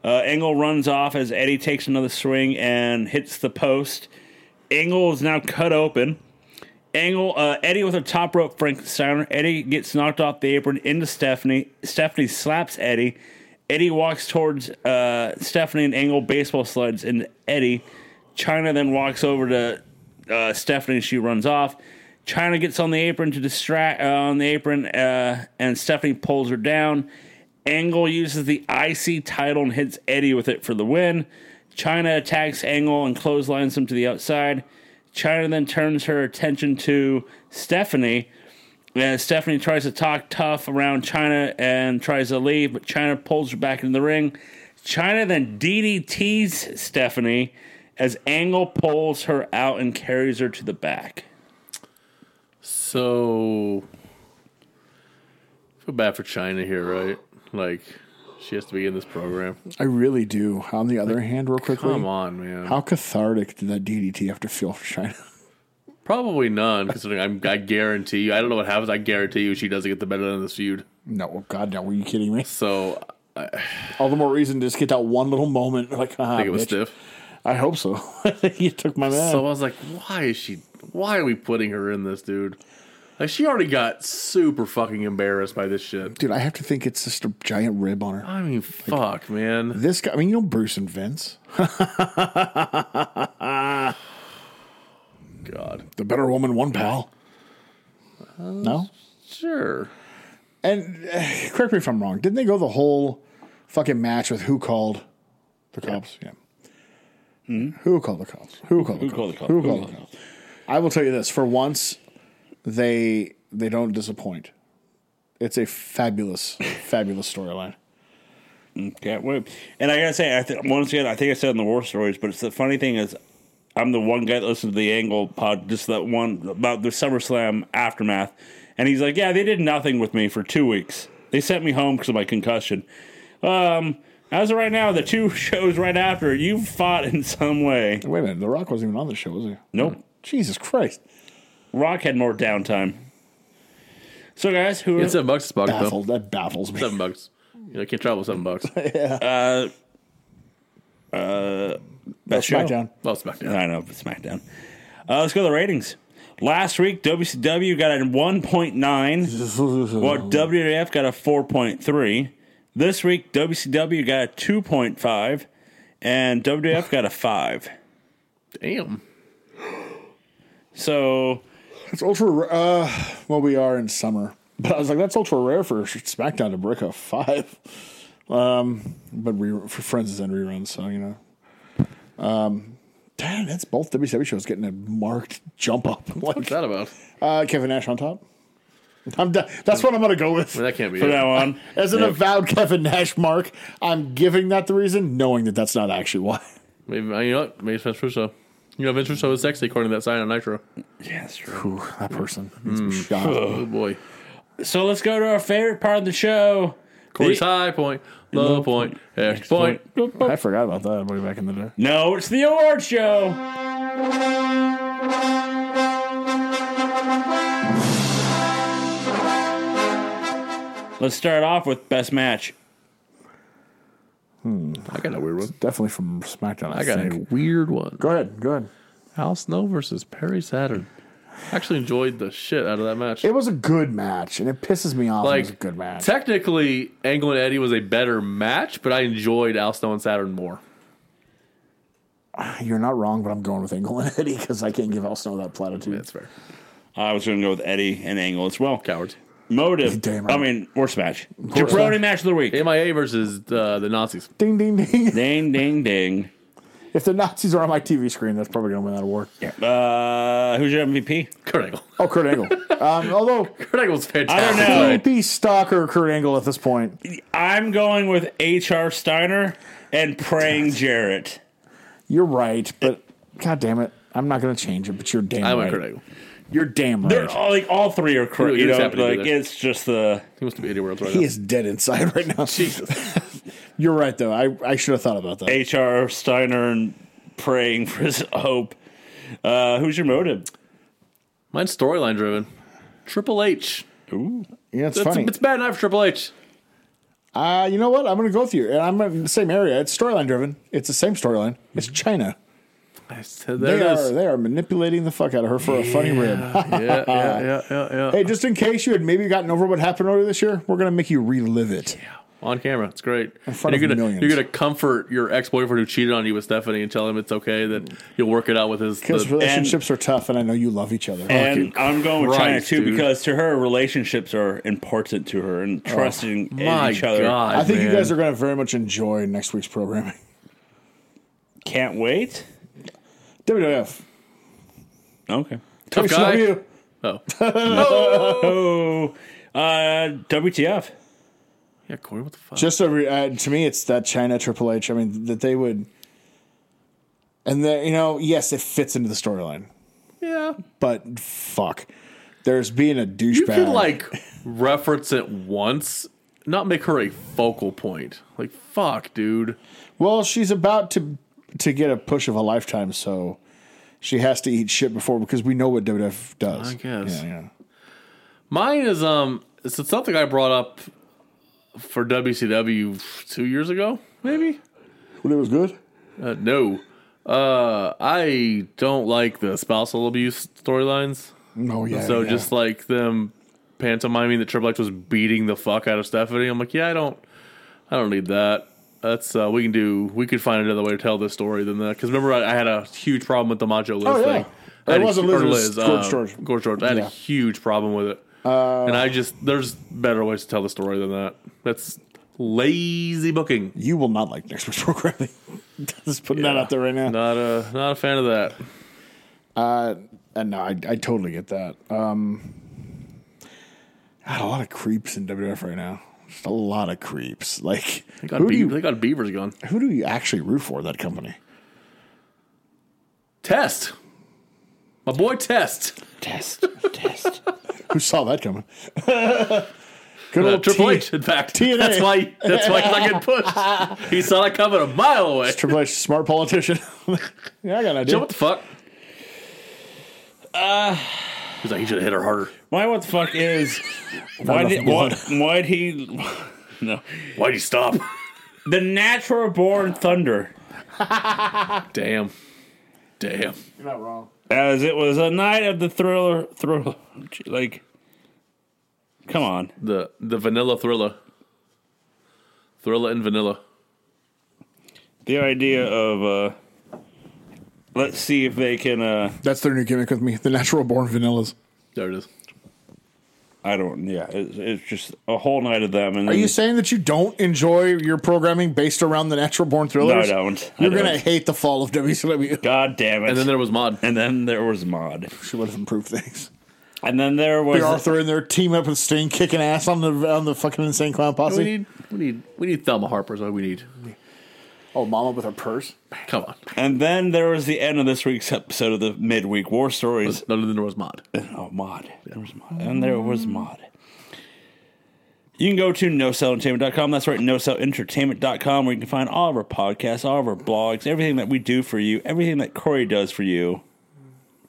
[SPEAKER 1] Uh, Angle runs off as Eddie takes another swing and hits the post. Angle is now cut open. Angle uh, Eddie with a top rope Frankensteiner. Eddie gets knocked off the apron into Stephanie. Stephanie slaps Eddie. Eddie walks towards uh, Stephanie and Angle baseball sleds into Eddie. China then walks over to uh, Stephanie. She runs off. China gets on the apron to distract uh, on the apron, uh, and Stephanie pulls her down. Angle uses the IC title and hits Eddie with it for the win. China attacks Angle and clotheslines him to the outside. China then turns her attention to Stephanie. And Stephanie tries to talk tough around China and tries to leave, but China pulls her back in the ring. China then DDTs Stephanie as Angle pulls her out and carries her to the back.
[SPEAKER 2] so. Feel bad for China here, right? Like, she has to be in this program.
[SPEAKER 3] I really do. On the other hand, real quickly,
[SPEAKER 2] Come on, man.
[SPEAKER 3] how cathartic did that DDT have to feel for China?
[SPEAKER 2] Probably none, considering I'm, I guarantee you. I don't know what happens. I guarantee you she doesn't get the better end of this feud.
[SPEAKER 3] No, well, God, no, were you kidding me?
[SPEAKER 2] So
[SPEAKER 3] All the more reason to just get that one little moment. Like, ah,
[SPEAKER 2] I think it was
[SPEAKER 3] bitch.
[SPEAKER 2] stiff.
[SPEAKER 3] I hope so. I think you took my man.
[SPEAKER 2] So I was like, why is she? Why are we putting her in this, dude? Like she already got super fucking embarrassed by this shit.
[SPEAKER 3] Dude, I have to think it's just a giant rib on her.
[SPEAKER 2] I mean, fuck, man.
[SPEAKER 3] This guy, I mean, you know Bruce and Vince.
[SPEAKER 2] God,
[SPEAKER 3] The better woman, one pal. No?
[SPEAKER 2] sure.
[SPEAKER 3] And eh, correct me if I'm wrong. Didn't they go the whole fucking match with who called the cops? Yeah. Who called the cops? Who called the
[SPEAKER 1] Who
[SPEAKER 3] cops?
[SPEAKER 1] called the cops?
[SPEAKER 3] Who called the cops? I will tell you this: for once, they they don't disappoint. It's a fabulous, fabulous storyline.
[SPEAKER 1] Can't wait. And I gotta say, I th- once again, I think I said in the war stories, but it's the funny thing is, I'm the one guy that listened to the Angle pod, just that one about the SummerSlam aftermath, and he's like, "Yeah, they did nothing with me for two weeks. They sent me home because of my concussion." Um, as of right now, the two shows right after you fought in some way.
[SPEAKER 3] Wait a minute, The Rock wasn't even on the show, was he?
[SPEAKER 1] Nope,
[SPEAKER 3] Jesus Christ!
[SPEAKER 1] Rock had more downtime. So, guys, who are
[SPEAKER 2] It's seven bucks. It's bucks though.
[SPEAKER 3] Baffled. That baffles me.
[SPEAKER 2] Seven bucks. You know, you can't travel with seven bucks.
[SPEAKER 1] best show?
[SPEAKER 3] SmackDown.
[SPEAKER 2] Well, SmackDown.
[SPEAKER 1] I know, but SmackDown. Uh, let's go to the ratings. Last week, WCW got a 1.9, while WWF got a 4.3. This week, WCW got a 2.5, and WWF got a 5.
[SPEAKER 2] Damn.
[SPEAKER 1] So,
[SPEAKER 3] It's ultra. ra- Uh, well, we are in summer, but I was like, that's ultra rare for SmackDown to brick a five. Um, but re- for Friends is in reruns, so you know. Um, damn, that's both WWE shows getting a marked jump up.
[SPEAKER 2] What's
[SPEAKER 3] Like,
[SPEAKER 2] that about?
[SPEAKER 3] uh, Kevin Nash on top. I'm done. That's what I'm gonna go with.
[SPEAKER 2] That can't be.
[SPEAKER 1] for
[SPEAKER 2] it.
[SPEAKER 1] that one,
[SPEAKER 3] As an
[SPEAKER 2] Yep.
[SPEAKER 3] avowed Kevin Nash mark, I'm giving that the reason, knowing that that's not actually why.
[SPEAKER 2] Maybe uh, you know what? Maybe it's Vince Russo. You know, Vince Russo is sexy according to that sign on Nitro.
[SPEAKER 1] yes,
[SPEAKER 3] Ooh, that person needs to be shot.
[SPEAKER 2] Oh boy.
[SPEAKER 1] so let's go to our favorite part of the show.
[SPEAKER 2] Corey's
[SPEAKER 1] The-
[SPEAKER 2] high point, low point, X point.
[SPEAKER 3] I forgot about that way back in the day.
[SPEAKER 1] No, it's the award show. Let's start off with best match.
[SPEAKER 2] I got a weird one.
[SPEAKER 3] Definitely from SmackDown. I,
[SPEAKER 2] I got
[SPEAKER 3] think.
[SPEAKER 2] a weird one.
[SPEAKER 3] Go ahead. Go ahead.
[SPEAKER 2] Al Snow versus Perry Saturn. I actually enjoyed the shit out of that match.
[SPEAKER 3] It was a good match, and it pisses me off. it was a good match.
[SPEAKER 2] Technically, Angle and Eddie was a better match, but I enjoyed Al Snow and Saturn more.
[SPEAKER 3] You're not wrong, but I'm going with Angle and Eddie because I can't give El Snow that platitude.
[SPEAKER 2] That's fair.
[SPEAKER 1] Uh, I was going to go with Eddie and Angle as well.
[SPEAKER 2] Cowards.
[SPEAKER 1] Motive.
[SPEAKER 3] Damn right.
[SPEAKER 1] I mean, worst match.
[SPEAKER 3] Worst
[SPEAKER 1] Jabroni
[SPEAKER 3] match.
[SPEAKER 1] match of the week.
[SPEAKER 2] MIA versus uh, the Nazis.
[SPEAKER 3] Ding, ding, ding.
[SPEAKER 1] Ding, ding, ding.
[SPEAKER 3] if the Nazis are on my TV screen, that's probably going to win that award.
[SPEAKER 1] Uh, who's your MVP?
[SPEAKER 2] Kurt Angle.
[SPEAKER 3] Oh, Kurt Angle. um, although,
[SPEAKER 2] Kurt Angle's fantastic.
[SPEAKER 1] I don't know.
[SPEAKER 2] tonight.
[SPEAKER 3] be stalker Kurt Angle at this point.
[SPEAKER 1] I'm going with H.R. Steiner and Praying Jarrett.
[SPEAKER 3] You're right, but God damn it. I'm not going to change it, but you're damn
[SPEAKER 2] I went
[SPEAKER 3] right.
[SPEAKER 2] Kurt Angle.
[SPEAKER 3] You're damn
[SPEAKER 1] They're
[SPEAKER 3] right.
[SPEAKER 1] all, like all three are correct.
[SPEAKER 2] Who-
[SPEAKER 1] You
[SPEAKER 2] who's
[SPEAKER 1] know,
[SPEAKER 2] happy to do
[SPEAKER 1] like
[SPEAKER 2] that?
[SPEAKER 1] it's just the
[SPEAKER 2] He must be eighty worlds right
[SPEAKER 3] he
[SPEAKER 2] now.
[SPEAKER 3] is dead inside right now.
[SPEAKER 2] Jesus.
[SPEAKER 3] You're right, though. I, I should have thought about that.
[SPEAKER 1] H.R. Steiner and praying for his hope. Uh, who's your motive?
[SPEAKER 2] Mine's storyline driven. Triple H.
[SPEAKER 3] Yeah, it's
[SPEAKER 2] It's,
[SPEAKER 3] funny.
[SPEAKER 2] it's bad enough for Triple H.
[SPEAKER 3] Uh, you know what? I'm going to go with you. And I'm in the same area. It's storyline driven. It's the same storyline. It's China.
[SPEAKER 2] I said there
[SPEAKER 3] They
[SPEAKER 2] it
[SPEAKER 3] are,
[SPEAKER 2] is.
[SPEAKER 3] they are manipulating the fuck out of her for a funny rib.
[SPEAKER 2] Yeah, yeah, yeah, yeah, yeah.
[SPEAKER 3] hey, just in case you had maybe gotten over what happened earlier this year, we're going to make you relive it.
[SPEAKER 2] on camera. It's great.
[SPEAKER 3] front
[SPEAKER 2] And you're
[SPEAKER 3] of
[SPEAKER 2] gonna
[SPEAKER 3] millions.
[SPEAKER 2] you're gonna comfort your ex boyfriend who cheated on you with Stephanie and tell him it's okay that you'll work it out with his.
[SPEAKER 3] Because
[SPEAKER 2] the-
[SPEAKER 3] relationships are tough, and I know you love each other.
[SPEAKER 1] And I'm going with China
[SPEAKER 2] Christ,
[SPEAKER 1] too
[SPEAKER 2] dude.
[SPEAKER 1] because to her relationships are important to her and trusting in
[SPEAKER 2] my
[SPEAKER 1] each other.
[SPEAKER 2] God,
[SPEAKER 3] I think you
[SPEAKER 2] man.
[SPEAKER 3] guys are going to very much enjoy next week's programming.
[SPEAKER 1] Can't wait.
[SPEAKER 3] WWF.
[SPEAKER 1] Okay.
[SPEAKER 2] tough guy.
[SPEAKER 3] WCW.
[SPEAKER 2] Oh,
[SPEAKER 1] Oh, uh, WTF?
[SPEAKER 2] yeah, Corey, what the fuck?
[SPEAKER 3] Just a re- uh, to me, it's that China Triple H. I mean, that they would. And that, you know, yes, it fits into the storyline.
[SPEAKER 2] yeah,
[SPEAKER 3] but fuck, there's being a douchebag.
[SPEAKER 2] you could like reference it once, not make her a focal point. Like fuck, dude.
[SPEAKER 3] well, she's about to to get a push of a lifetime, so she has to eat shit before because we know what WWF does.
[SPEAKER 2] I guess.
[SPEAKER 3] Yeah, yeah.
[SPEAKER 2] Mine is um, it's it's something I brought up for WCW two years ago, maybe.
[SPEAKER 3] Well, it was good.
[SPEAKER 2] Uh, no. Uh, I don't like the spousal abuse storylines.
[SPEAKER 3] Oh yeah.
[SPEAKER 2] So
[SPEAKER 3] yeah.
[SPEAKER 2] just like them pantomiming that Triple H was beating the fuck out of Stephanie. I'm like, yeah, I don't, I don't need that. That's uh, we can do. We could find another way to tell this story than that. Because remember, I, I had a huge problem with the Macho Liz
[SPEAKER 3] Oh, yeah.
[SPEAKER 2] thing. I
[SPEAKER 3] It
[SPEAKER 2] had a-
[SPEAKER 3] wasn't Liz,
[SPEAKER 2] or
[SPEAKER 3] it was Gorge
[SPEAKER 2] uh,
[SPEAKER 3] George.
[SPEAKER 2] Gorge George. I had
[SPEAKER 3] Yeah. Uh,
[SPEAKER 2] a huge problem with it, and I just there's better ways to tell the story than that. That's Lazy booking.
[SPEAKER 3] You will not like next week's programming. Just putting that
[SPEAKER 2] Yeah.
[SPEAKER 3] out there right now.
[SPEAKER 2] Not a not a fan of that.
[SPEAKER 3] And no, I, I totally get that. Um, God, a lot of creeps in WWF right now. Just a lot of creeps. Like
[SPEAKER 2] They got,
[SPEAKER 3] who do
[SPEAKER 2] Beav-
[SPEAKER 3] you
[SPEAKER 2] they got Beavers gone.
[SPEAKER 3] who do you actually root for at that company?
[SPEAKER 2] Test. My boy Test.
[SPEAKER 1] Test, test.
[SPEAKER 3] Who saw that coming? Good
[SPEAKER 2] Uh,
[SPEAKER 3] old
[SPEAKER 2] Triple
[SPEAKER 3] T-
[SPEAKER 2] H, in fact.
[SPEAKER 3] TNA.
[SPEAKER 2] That's why that's why he's not getting pushed. He saw that coming a mile away.
[SPEAKER 3] Triple H, smart politician. yeah, I got an
[SPEAKER 2] Joe,
[SPEAKER 3] idea.
[SPEAKER 2] what the fuck? Uh, he's like, he should have hit her harder.
[SPEAKER 1] My what the fuck is why
[SPEAKER 3] enough
[SPEAKER 1] did
[SPEAKER 3] blood.
[SPEAKER 1] why, why'd he no
[SPEAKER 2] Why'd you stop?
[SPEAKER 1] the natural born thunder
[SPEAKER 2] Damn. Damn.
[SPEAKER 3] You're not wrong.
[SPEAKER 1] as it was a night of the thriller thriller like come on
[SPEAKER 2] The the vanilla thriller. Thriller and vanilla.
[SPEAKER 1] the idea of uh let's see if they can uh
[SPEAKER 3] That's their new gimmick with me. The natural born vanillas.
[SPEAKER 2] There it is.
[SPEAKER 1] I don't yeah it's, it's just a whole night of them and
[SPEAKER 3] Are
[SPEAKER 1] then-
[SPEAKER 3] you saying that you don't enjoy your programming based around the natural born
[SPEAKER 1] no I
[SPEAKER 3] thrillers?
[SPEAKER 1] don't I
[SPEAKER 3] You're gonna
[SPEAKER 1] don't.
[SPEAKER 3] hate the fall of WCW.
[SPEAKER 1] God damn it
[SPEAKER 2] And then there was Mod.
[SPEAKER 1] and then there was mod
[SPEAKER 3] She would have improved things.
[SPEAKER 1] and then there was
[SPEAKER 3] Big Arthur and their team up with Sting kicking ass on the on the fucking insane clown posse.
[SPEAKER 2] We need we need we need Thelma Harper's what we need.
[SPEAKER 3] oh, Mama with her purse.
[SPEAKER 2] Come on.
[SPEAKER 1] and then there was the end of this week's episode of the midweek war stories
[SPEAKER 2] None of them there was Mod.
[SPEAKER 1] Oh, mod. There was mod. And there was mod. You can go to nocellentertainment.com. That's right, nocellentertainment.com, where you can find all of our podcasts, all of our blogs, everything that we do for you, everything that Corey does for you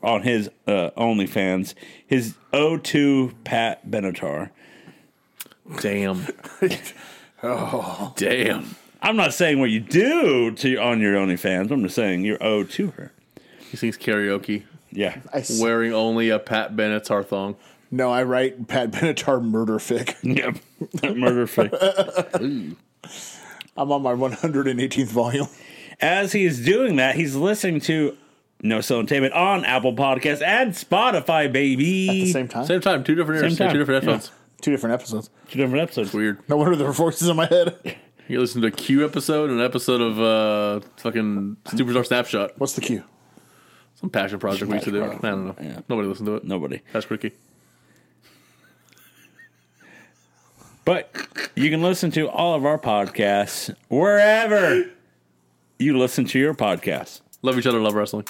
[SPEAKER 1] on his uh, OnlyFans, his O2 Pat Benatar.
[SPEAKER 2] Damn. oh. Damn.
[SPEAKER 1] I'm not saying what you do to on your OnlyFans. I'm just saying you're O to her.
[SPEAKER 2] He sings karaoke.
[SPEAKER 1] Yeah.
[SPEAKER 3] I s-
[SPEAKER 2] Wearing only a Pat Benatar thong.
[SPEAKER 3] no, I write Pat Benatar murder fic.
[SPEAKER 1] Yep. Murder free.
[SPEAKER 3] I'm on my 118th volume.
[SPEAKER 1] as he's doing that, he's listening to No Cell Entertainment on Apple Podcasts and Spotify, baby.
[SPEAKER 3] At the same time,
[SPEAKER 2] Same time, two different ears,
[SPEAKER 1] Same
[SPEAKER 2] two
[SPEAKER 1] time,
[SPEAKER 2] different headphones.
[SPEAKER 3] two different episodes.
[SPEAKER 1] Two different episodes.
[SPEAKER 2] Weird.
[SPEAKER 3] No wonder there were voices in my head.
[SPEAKER 2] You listen to a Q episode and an episode of uh fucking Superstar Snapshot.
[SPEAKER 3] What's the cue?
[SPEAKER 2] Some passion project we used to do. I don't know. Nobody listened to it.
[SPEAKER 1] Nobody.
[SPEAKER 2] That's Ricky.
[SPEAKER 1] But you can listen to all of our podcasts wherever you listen to your podcasts.
[SPEAKER 2] Love each other, love wrestling.